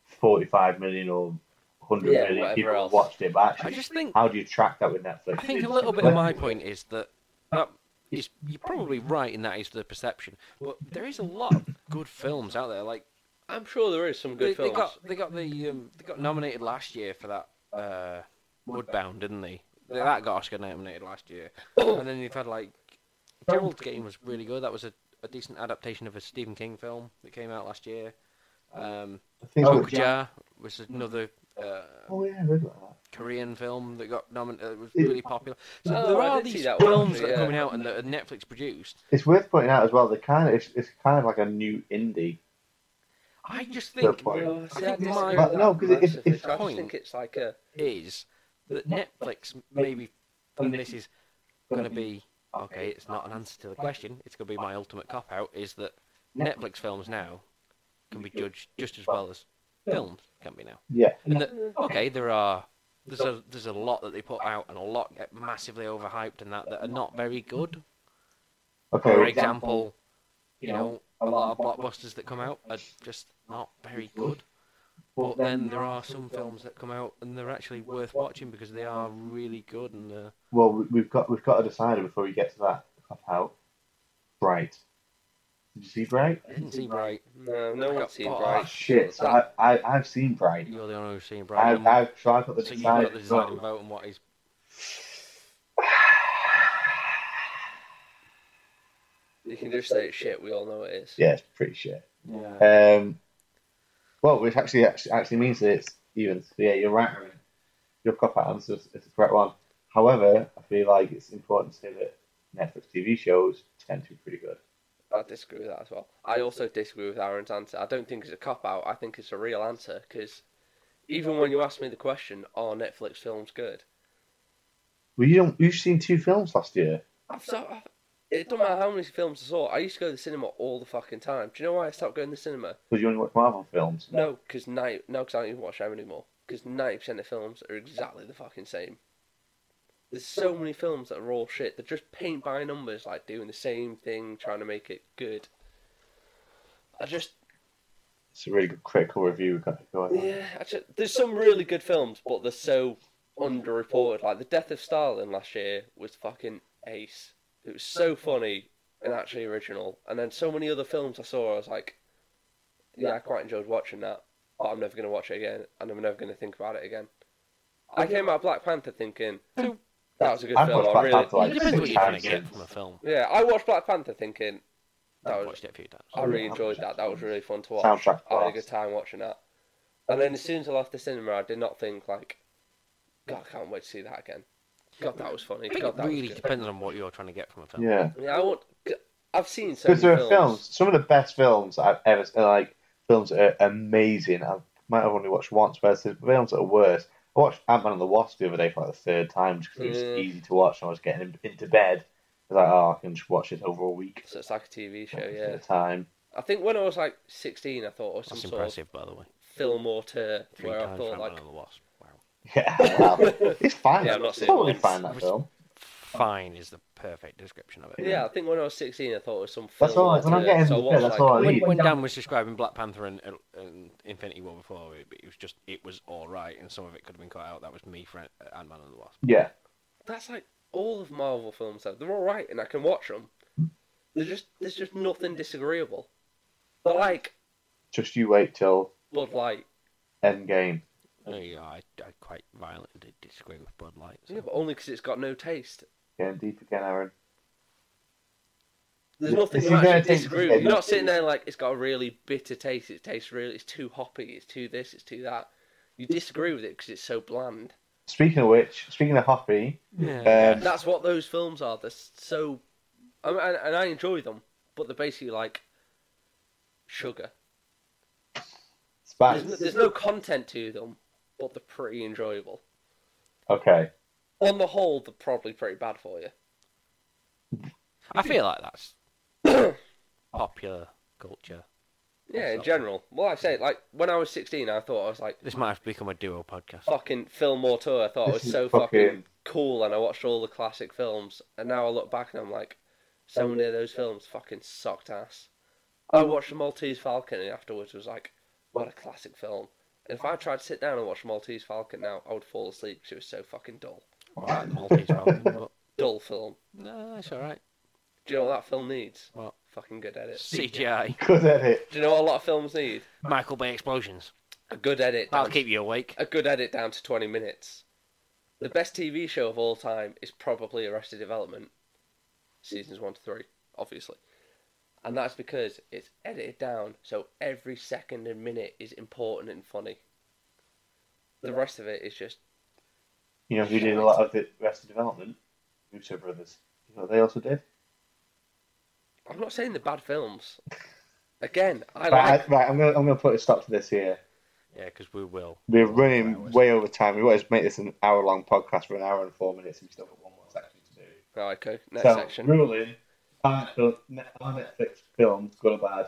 forty-five million or hundred Yeah, million whatever people else. watched it, but I actually, just think how do you track that with Netflix? I think a little bit of my point is that that is you're probably right in that is the perception, but there is a lot of good films out there. Like I'm sure there is some they, good they films. got they got the um, they got nominated last year for that uh, Woodbound, didn't they? They- That got Oscar nominated last year, and then you've had like Gerald's Game was really good. That was a, a decent adaptation of a Stephen King film that came out last year. Um, I think it's Okja got- was another uh, Oh yeah, I read about that. Korean film that got nominated. It was It- really popular. So Oh, there I are did see these that one, films that yeah. are coming out and that are Netflix produced. It's worth pointing out as well. They kind of it's, it's kind of like a new indie. I just Fair think point. No, Oh, see, I I think disagree my- with But that no, 'cause if- massively. if- I just point- think it's like a is that Netflix maybe, and this is going to be okay. It's not an answer to the question. It's going to be my ultimate cop out. Is that Netflix films now can be judged just as well as films can be now. Yeah, And that okay, there are there's a there's a lot that they put out and a lot get massively overhyped and that that are not very good. Okay. For well, example, you know a lot of blockbusters that come out are just not very good. But then there are some films that come out and they're actually worth watching because they are really good and uh, Well, we- we've got we've got to decide before we get to that cop out. Bright. Did you see Bright? I didn't see Bright. no, no I one's got seen part- Oh Right. Bright. shit! So I, I I've seen Bright. You're the only one who's seen Bright. I've, and- I've so I've got the so you've got the deciding decide. vote on what is. You can just say it's shit. We all know it is. Yeah, it's pretty shit. Yeah. Um, well, which actually actually, actually means that it's even. So yeah, you're right. Aaron. Your cop out answer is is the correct one. However, I feel like it's important to say that Netflix TV shows tend to be pretty good. I disagree with that as well. I also disagree with Aaron's answer. I don't think it's a cop out. I think it's a real answer because even when you asked me the question, are Netflix films good? Well, you don't. You've seen two films last year. I've so I've, it don't matter how many films I saw. I used to go to the cinema all the fucking time. Do you know why I stopped going to the cinema? Because you only watch Marvel films. No, because no, because I don't even watch them anymore. because ninety percent of films are exactly the fucking same. There's so many films that are all shit. They're just paint by numbers, like doing the same thing, trying to make it good. I just It's a really good critical review we've got going on. yeah, actually, there's some really good films, but they're so underreported. Like The Death of Stalin last year was fucking ace. It was so funny and actually original. And then so many other films I saw, I was like, yeah, I quite enjoyed watching that, but I'm never going to watch it again, and I'm never going to think about it again. I came out of Black Panther thinking that was a good I've film. watched I Black really, Panther like it depends what six you're trying times. to get since. from a film. yeah, I watched Black Panther thinking that I've was watched it a few times. I really enjoyed that. That was really fun to watch. Soundtrack I had a blast. good time watching that. And then as soon as I left the cinema, I did not think like, God, I can't wait to see that again. God, that was funny. I think God, it that really was good. depends on what you're trying to get from a film. Yeah. Yeah, I want. I've seen so many Because there are films. films, some of the best films I've ever seen, like films that are amazing. I might have only watched once, but there's films that are worse. I watched Ant Man and the Wasp the other day for like the third time because it was Yeah. easy to watch and I was getting in- into bed. I was like, oh, I can just watch this over a week So it's like a TV show. at Yeah, a time. I think when I was like 16, I thought it was some That's sort of impressive, by the way. film or tour Three where I times thought Ant-Man like, and the Wasp. Wow. Yeah, well, it's fine. Yeah, I'm not it's saying totally once. fine that film. Fine is the perfect description of it. yeah, I think when I was 16, I thought it was some film. That's all I- or when I'm tour, getting so I into watched, bed, that's like, all I When, need. when Dan was describing Black Panther and, and Infinity War before, it, it was just it was all right, and some of it could have been cut out. That was me for Ant Man and the Wasp. Yeah, that's like all of Marvel films though. They're all right, and I can watch them. They're just there's just nothing disagreeable. They're like just you wait till Bud Light. Endgame. There you go. I, I quite violently disagree with Bud Light. so- Yeah, but only because it's got no taste. Getting deep again, Aaron. There's This- nothing this to is gonna actually take- disagree with. You're not sitting there like it's got a really bitter taste. It tastes really. It's too hoppy. It's too this. It's too that. You disagree with it because it's so bland. Speaking of which, speaking of Hoppy, Yeah. Um, That's what those films are. They're so, I mean, and, and I enjoy them, but they're basically like sugar. it's back. There's no, there's no content to them, but they're pretty enjoyable. Okay. On the whole, they're probably pretty bad for you. I feel like that's popular culture. Yeah, in Exactly. general. Well, I say like when I was 16, I thought I was like This might have become a duo podcast. fucking film more tour. I thought it This was is so fucking fucking- cool, and I watched all the classic films. And now I look back and I'm like, so many of those films fucking sucked ass. I watched the Maltese Falcon, and afterwards was like, what a classic film. And if I tried to sit down and watch Maltese Falcon now, I would fall asleep because it was so fucking dull. All right, Maltese Falcon, but Dull film. no, it's all right. Do you know what that film needs? What? Fucking good edit. CGI, Good edit. Do you know what a lot of films need? Michael Bay explosions. A good edit. That'll down- keep you awake. a good edit down to 20 minutes. The best TV show of all time is probably Arrested Development, seasons 1 to 3, obviously. And that's because it's edited down so every second and minute is important and funny. The rest of it is just. You know who did a lot of the rest of development? Russo brothers. You know what they also did? I'm not saying the bad films. Again, I Right, like. I, right, I'm gonna I'm gonna put a stop to this here. Yeah, because we will. We're Four running hours. way over time. We want to make this an hour long podcast for an hour and four minutes, and we still got one more section to do. Right, okay, next so section. ruling our, fil- our Netflix films good or bad.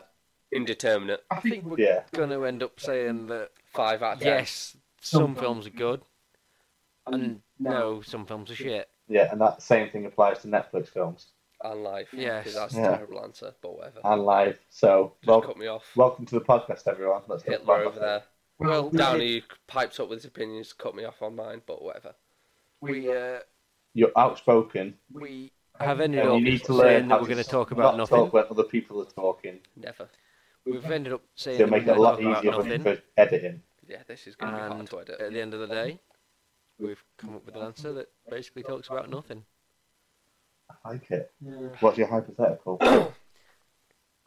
Indeterminate. I think we're Yeah. going to end up saying that 5 out of 10. yes, some films are good, and no, some films are shit. Yeah, and that same thing applies to Netflix films And life. Yes. 'cause that's a Yeah. Uh, terrible answer, but whatever. and live. So Just wel- cut me off. welcome to the podcast, everyone. Let's talk Hitler about over there. Well, Downey pipes up with his opinions, cut me off on mine, but whatever. we uh, You're outspoken, we have ended and up you need to saying learn that how we're going to to talk about not nothing. talk when other people are talking. Never. We've ended up saying to that we're make it going a to talk lot about easier for, nothing. for editing. Yeah, this is going to be hard And to edit. at the end of the day, we've come up with an answer that basically talks about nothing. I like it. What's your hypothetical?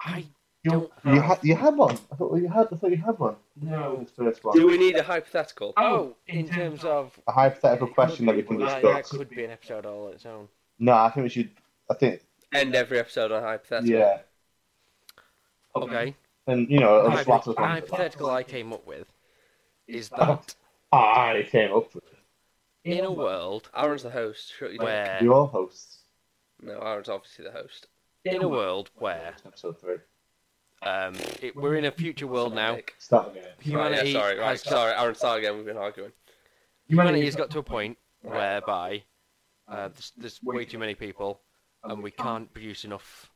I you, don't you have- had you had one. I thought you had. I thought you had one. no. This first Do one. we need a hypothetical? Oh, in terms of A hypothetical question that we can Aye, that discuss. could be an episode all on its own. No, I think we should. I think End every episode on a hypothetical. yeah, Okay. and you know, Hypo- this last one. hypothetical I came up with is that I came up with. it. in a world Aaron's the host. Shut you down. where You're all hosts. No, Aaron's obviously the host. in a world where Episode three. Um, it, we're in a future world now. Nick. Start again. Right, yeah, Humanity sorry, right, has got- sorry, Aaron, start again. We've been arguing. Humanity has got to a point whereby uh, there's, there's way too many people, and we can't produce enough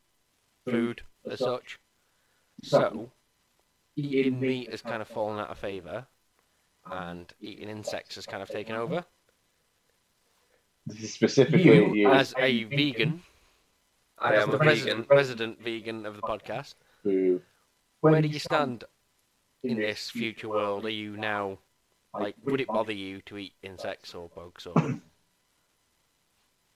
food as such. So eating meat has kind of fallen out of favour, and eating insects has kind of taken over. This is specifically You you As a vegan, I as am a the vegan. resident resident vegan of the podcast, who where do you stand in this future world? Are you now like would it bother you to eat insects or bugs or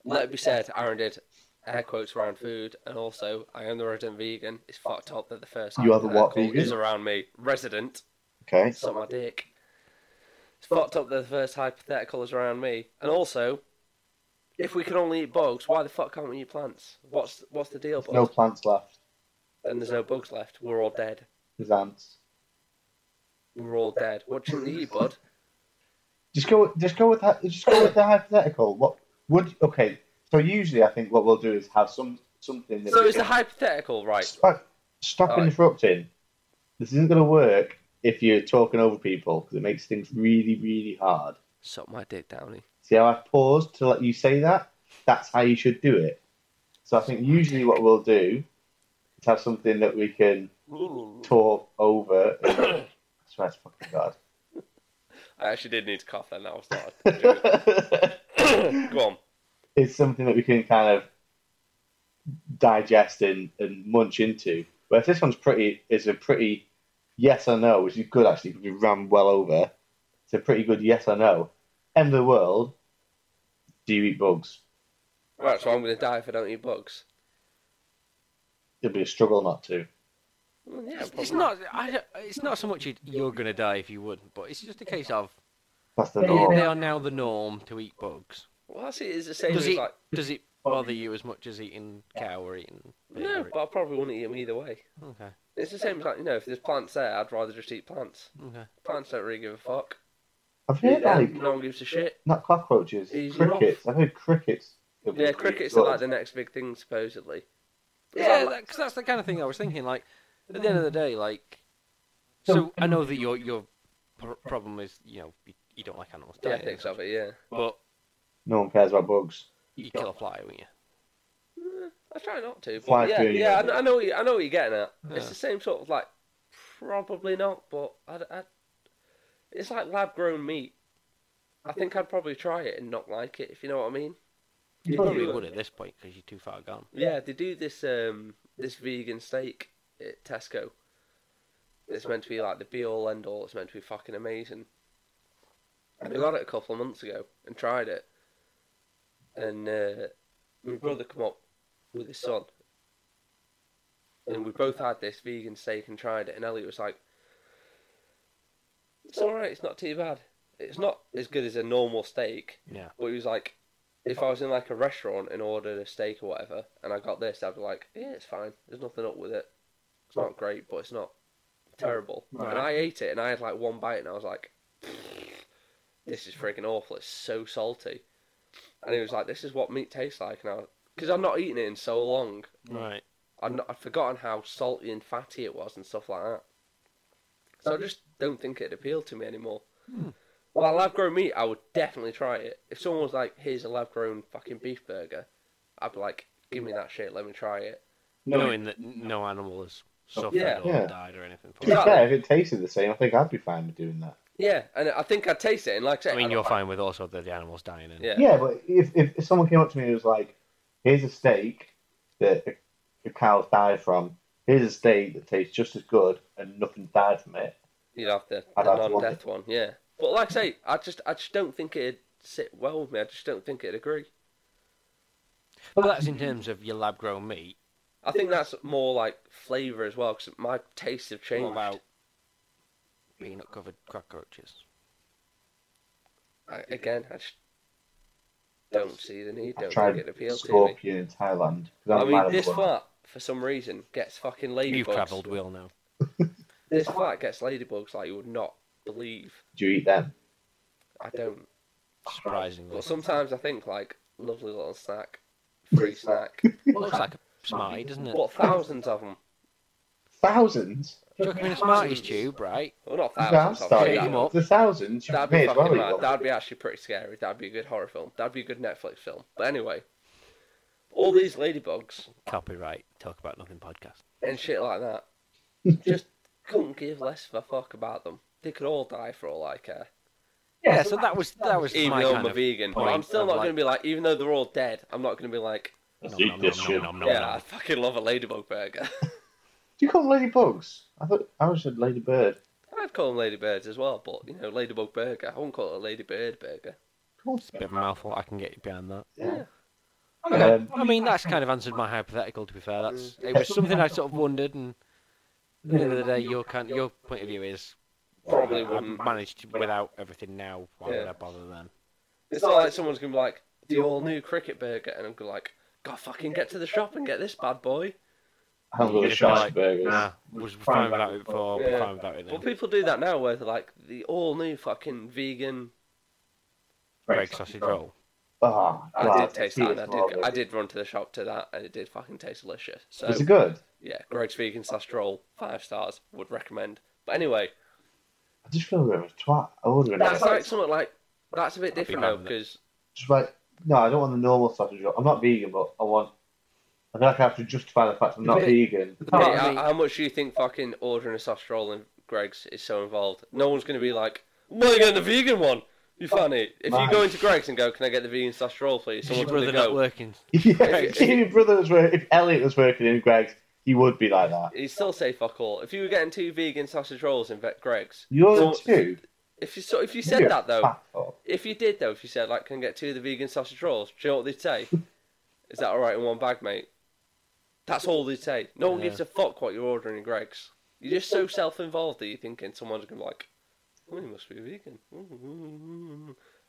Let it be said, Aaron did air quotes around food, and also I am the resident vegan. It's fucked up that the first You are the air what quote vegan? is around me. Resident. okay. Suck my dick. It's fucked up that the first hypothetical is around me. And also, if we can only eat bugs, why the fuck can't we eat plants? What's what's the deal, bud? No plants left. And there's no bugs left. We're all dead. There's ants. We're all dead. What do you eat, bud? Just go. Just go with that. Just go with the hypothetical. What would? Okay. So usually, I think what we'll do is have some something. That So we it's a can- hypothetical, right? Stop, stop Alright. interrupting. This isn't going to work if you're talking over people because it makes things really, really hard. Suck my dick, Downey. See how I paused to let you say that? That's how you should do it. So I think usually what we'll do is have something that we can talk over. and- I swear to fucking God. I actually did need to cough then. That was started. Go on. it's something that we can kind of digest and, and munch into. Whereas this one's pretty is a pretty yes or no, which is good actually because we ran well over. It's a pretty good yes or no. End of the world. Do you eat bugs? Right, so I'm gonna die if I don't eat bugs. It'd be a struggle not to. Well, yeah, It's, it's probably. not. I, don't- it's not so much you- you're gonna die if you wouldn't, but it's just a case of That's the they, norm. they are now the norm to eat bugs. Well, that's it. It's the same Does as it like does it bother you as much as eating cow or eating? pig no, or- but I probably wouldn't eat them either way. Okay. It's the same as like you know, if there's plants there, I'd rather just eat plants. Okay. Plants don't really give a fuck. I've Yeah, heard like no one gives a shit. not cockroaches, Easy crickets. I've heard crickets. Yeah, crickets are like the next big thing supposedly. Yeah, because that's the kind of thing I was thinking. Like, at the end of the day, like, so I know that your your pr- problem is you know you, you don't like animals, The don't you? ethics of it, yeah. but No one cares about bugs. you kill a fly, wouldn't you? I try not to. But Fly yeah, through you. yeah, I, kn- I know. What you, I know what you're getting at. Yeah. It's the same sort of like, probably not, but I, d- I- it's like lab grown meat. I think I'd probably try it and not like it, if you know what I mean. You Yeah. probably would at this point because you're too far gone. Yeah, they do this um this vegan steak at Tesco. It's meant to be like the be all end all. It's meant to be fucking amazing. And I got it a couple of months ago and tried it. And uh, my brother come up with his son, and we both had this vegan steak and tried it. And Elliot was like, "It's all right. It's not too bad. It's not as good as a normal steak, Yeah. but he was like, if I was in like a restaurant and ordered a steak or whatever, and I got this, I'd be like, yeah, it's fine. There's nothing up with it. It's not great, but it's not terrible. Right. And I ate it, and I had like one bite, and I was like, this is freaking awful. It's so salty. And he was like, this is what meat tastes like, and I, because I've not eaten it in so long, Right. I'd, not, I'd forgotten how salty and fatty it was and stuff like that. So I just don't think it appealed to me anymore. Hmm. Well, lab grown meat, I would definitely try it. If someone was like, here's a lab grown fucking beef burger, I'd be like, give me that shit, let me try it. Knowing that no animal has suffered Yeah. or Yeah. died or anything. To From be it. Exactly. fair, if it tasted the same, I think I'd be fine with doing that. Yeah, and I think I'd taste it, and like I said, I mean, I'd- you're fine with also the, the animals dying. And, Yeah. Yeah, but if, if, if someone came up to me and was like, here's a steak that a, a cow's died from, here's a steak that tastes just as good and nothing died from it. You'd have the, I'd the have to want non-death one, yeah. But like I say, I just, I just don't think it'd sit well with me. I just don't think it'd agree. But that's in terms of your lab grown meat. I think that's more like flavour as well, because my tastes have What changed. about peanut covered cockroaches? I, again, I just don't see the need. I Don't tried think it appeals to me. scorpion in Thailand. 'cause I'm I a man mean, of this the world. flat, for some reason, gets fucking ladybugs. You've travelled, we'll know. This flat gets ladybugs like you would not believe. Do you eat them? I don't. Surprisingly, But sometimes I think, like, lovely little snack, free snack. looks like a smite, doesn't it? What, thousands of them? Thousands. Chuck him in a Smarties tube, right? Well, not That's thousands. starting obviously. Shake 'em out. up. The thousands. You That'd may be as fucking well eat mad. one. That'd be actually pretty scary. That'd be a good horror film. That'd be a good Netflix film. But anyway, all these ladybugs Copyright. Talk about nothing podcast. and shit like that just couldn't give less of a fuck about them. They could all die for all I care. Yeah, so that was that was Even my though kind I'm a of vegan, but point I'm still of not like- going to be like, even though they're all dead, I'm not going to be like, Let's Nom, eat nom, this nom, shit. nom, nom, yeah, nom. I fucking love a ladybug burger. Do you call them ladybugs? I thought I always said ladybird. I'd call them ladybirds as well, but you know, ladybug burger. I wouldn't call it a ladybird burger. Of course. Bit of a mouthful. I can get behind that. Yeah. Okay. Um, I mean, that's kind of answered my hypothetical. To be fair, that's it was something I sort of wondered, and at the end of the day, your kind, your point of um, view is Probably I wouldn't. managed without everything now. Why would Yeah. I bother then? It's not like someone's gonna be like the all new cricket burger, and I'm gonna be like, God, fucking get to the shop and get this bad boy. I love You're the just shot like, burgers. Nah, was fine without it before. Yeah. Yeah. Fine without it Well, then. people do that now, where they're like the all new fucking vegan. Greg sausage roll. Oh, I God, did taste it's that, and I did, horrible. I did run to the shop to that, and it did fucking taste delicious. So Was it good? yeah, Greg's vegan sausage roll, five stars, would recommend. But anyway, I just feel a bit of a twat. I ordered it. that's like something like that's a bit different fine though, with it. because Just like, no, I don't want the normal sausage roll. I'm not vegan, but I want. I feel like I have to justify the fact I'm not But- vegan. part Hey, of how- me- how much do you think fucking ordering a sausage roll in Greg's is so involved? No one's going to be like, "Well, you're getting the vegan one." You funny. If you Mate. go into Greg's and go, "Can I get the vegan sausage roll, please?" Is your brother Someone's going to not go. working? Yeah, Right. if your brother was working, if Elliot was working in Greg's, he would be like that. He'd still say fuck all. If you were getting two vegan sausage rolls in Vet Greg's, You ordered Well, two. if you so, if you said You're that though, fat fuck. if you did though, if you said like, "Can I get two of the vegan sausage rolls?" Do you know what they'd say? Is that all right in one bag, mate? That's all they'd say. No one Yeah. gives a fuck what you're ordering in Greg's. You're just so self-involved that you're thinking someone's gonna be like, "Oh, you must be vegan."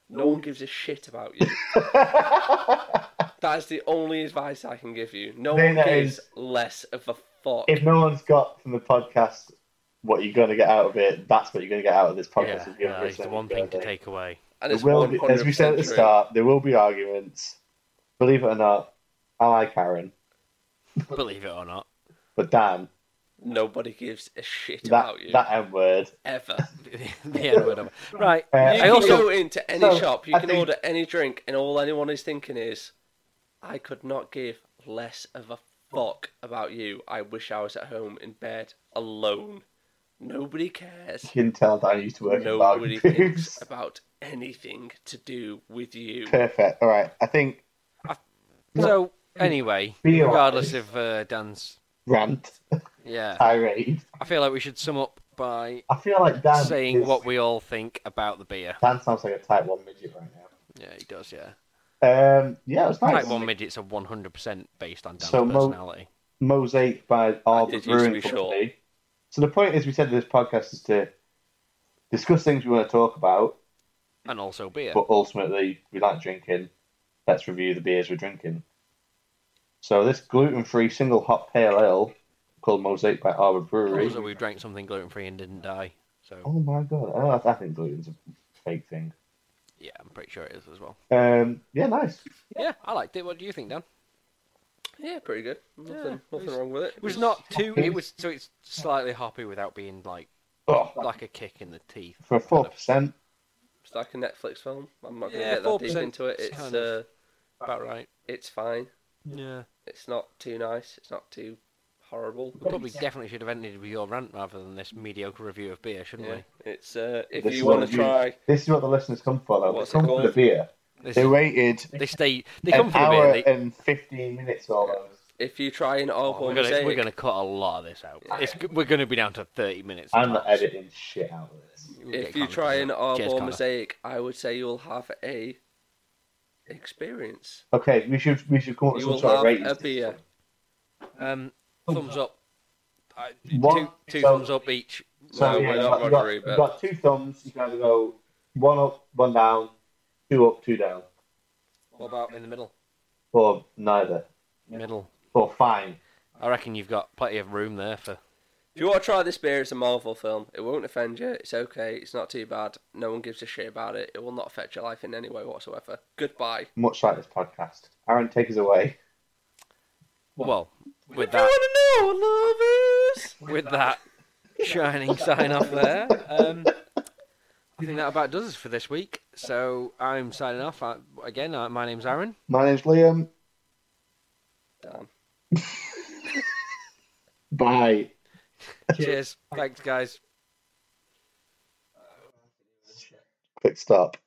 No one gives a shit about you. that is the only advice I can give you. No Then one that gives is- less of a fuck. If no one's got from the podcast what you're going to get out of it, that's what you're going to get out of this Yeah, podcast. is yeah, giving it's the one thing to take away. and There it's will be, as we said at 100% the true. start, there will be arguments. Believe it or not, I like Aaron, Believe it or not, but Dan, nobody gives a shit that about you that M word. ever. the end word of it. Right. Uh, You I can also go into any so, shop, you I can think- order any drink, and all anyone is thinking is, I could not give less of a fuck about you. I wish I was at home in bed alone. Nobody You cares. can tell that I used to work in Nobody bargain thinks foods. about anything to do with you. Perfect. All right. I think so anyway, Be alright. regardless of uh, Dan's rant yeah, Uh, tirade. I feel like we should sum up by I feel like Dan saying is- what we all think about the beer. Dan sounds like a type one midget right now. Yeah, he does. Yeah, Um, yeah, it was nice. type one midgets are one hundred percent based on Dan's So Mo- personality. Mosaic by Arbor did used to Brewing be Company. short. So the point is, we said this podcast is to discuss things we want to talk about, and also beer. but ultimately we like drinking. Let's review the beers we're drinking. So this gluten-free single hop pale ale called Mosaic by Arbor Brewery. also, we drank something gluten free and didn't die. So Oh my god! I, don't- I think gluten's a fake thing. yeah, I'm pretty sure it is as well. Um, yeah, nice. Yeah, I liked it. What do you think, Dan? Yeah, pretty good. Nothing, Yeah, nothing it's- wrong with it. It was not too. It was so it's slightly hoppy without being like Oh, like a kick in the teeth. for four percent, It's like a Netflix film. I'm not going to Yeah, get that deep 4% into it. is It's kind uh, of- About right. it's fine. Yeah. It's not too nice. It's not too horrible. We probably definitely should have ended with your rant rather than this mediocre review of beer, shouldn't Yeah, it's uh, if This you is what want to you- try, this is what the listeners come for. Though What's they it come for the called? beer. we? This- They waited they stay. They come an for the beer. hour They, and fifteen minutes almost. if you try an Oh, Arbor we're, gonna, mosaic, we're gonna cut a lot of this out. It's, we're gonna be down to thirty minutes. I'm not tops. editing shit out of this. We'll get if you Connor try to an do it. Cheers, Arbor Connor. mosaic, I would say you'll have a experience. Okay, we should we should come up with You some will sort of have rating. a system. beer. Um, thumbs up. I, Oh, One- two two so- thumbs up each. So No, yeah, we're you not got, you gonna got, read you that. got two thumbs. You can either go one up, one down, two up, two down, What about in the middle? or neither, Middle. or fine. I reckon you've got plenty of room there for. If you want to try this beer, it's a Marvel film. It won't offend you. It's okay. It's not too bad. No one gives a shit about it. It will not affect your life in any way whatsoever. Goodbye. Much like this podcast, Aaron, take us away. Well, with You that wanna know what love is? with that shining sign off there. Um, I think that about does us for this week. So I'm signing off. I, again, uh, my name's Aaron. My name's Liam. Damn. Bye. Cheers. Thanks, guys. Quick stop.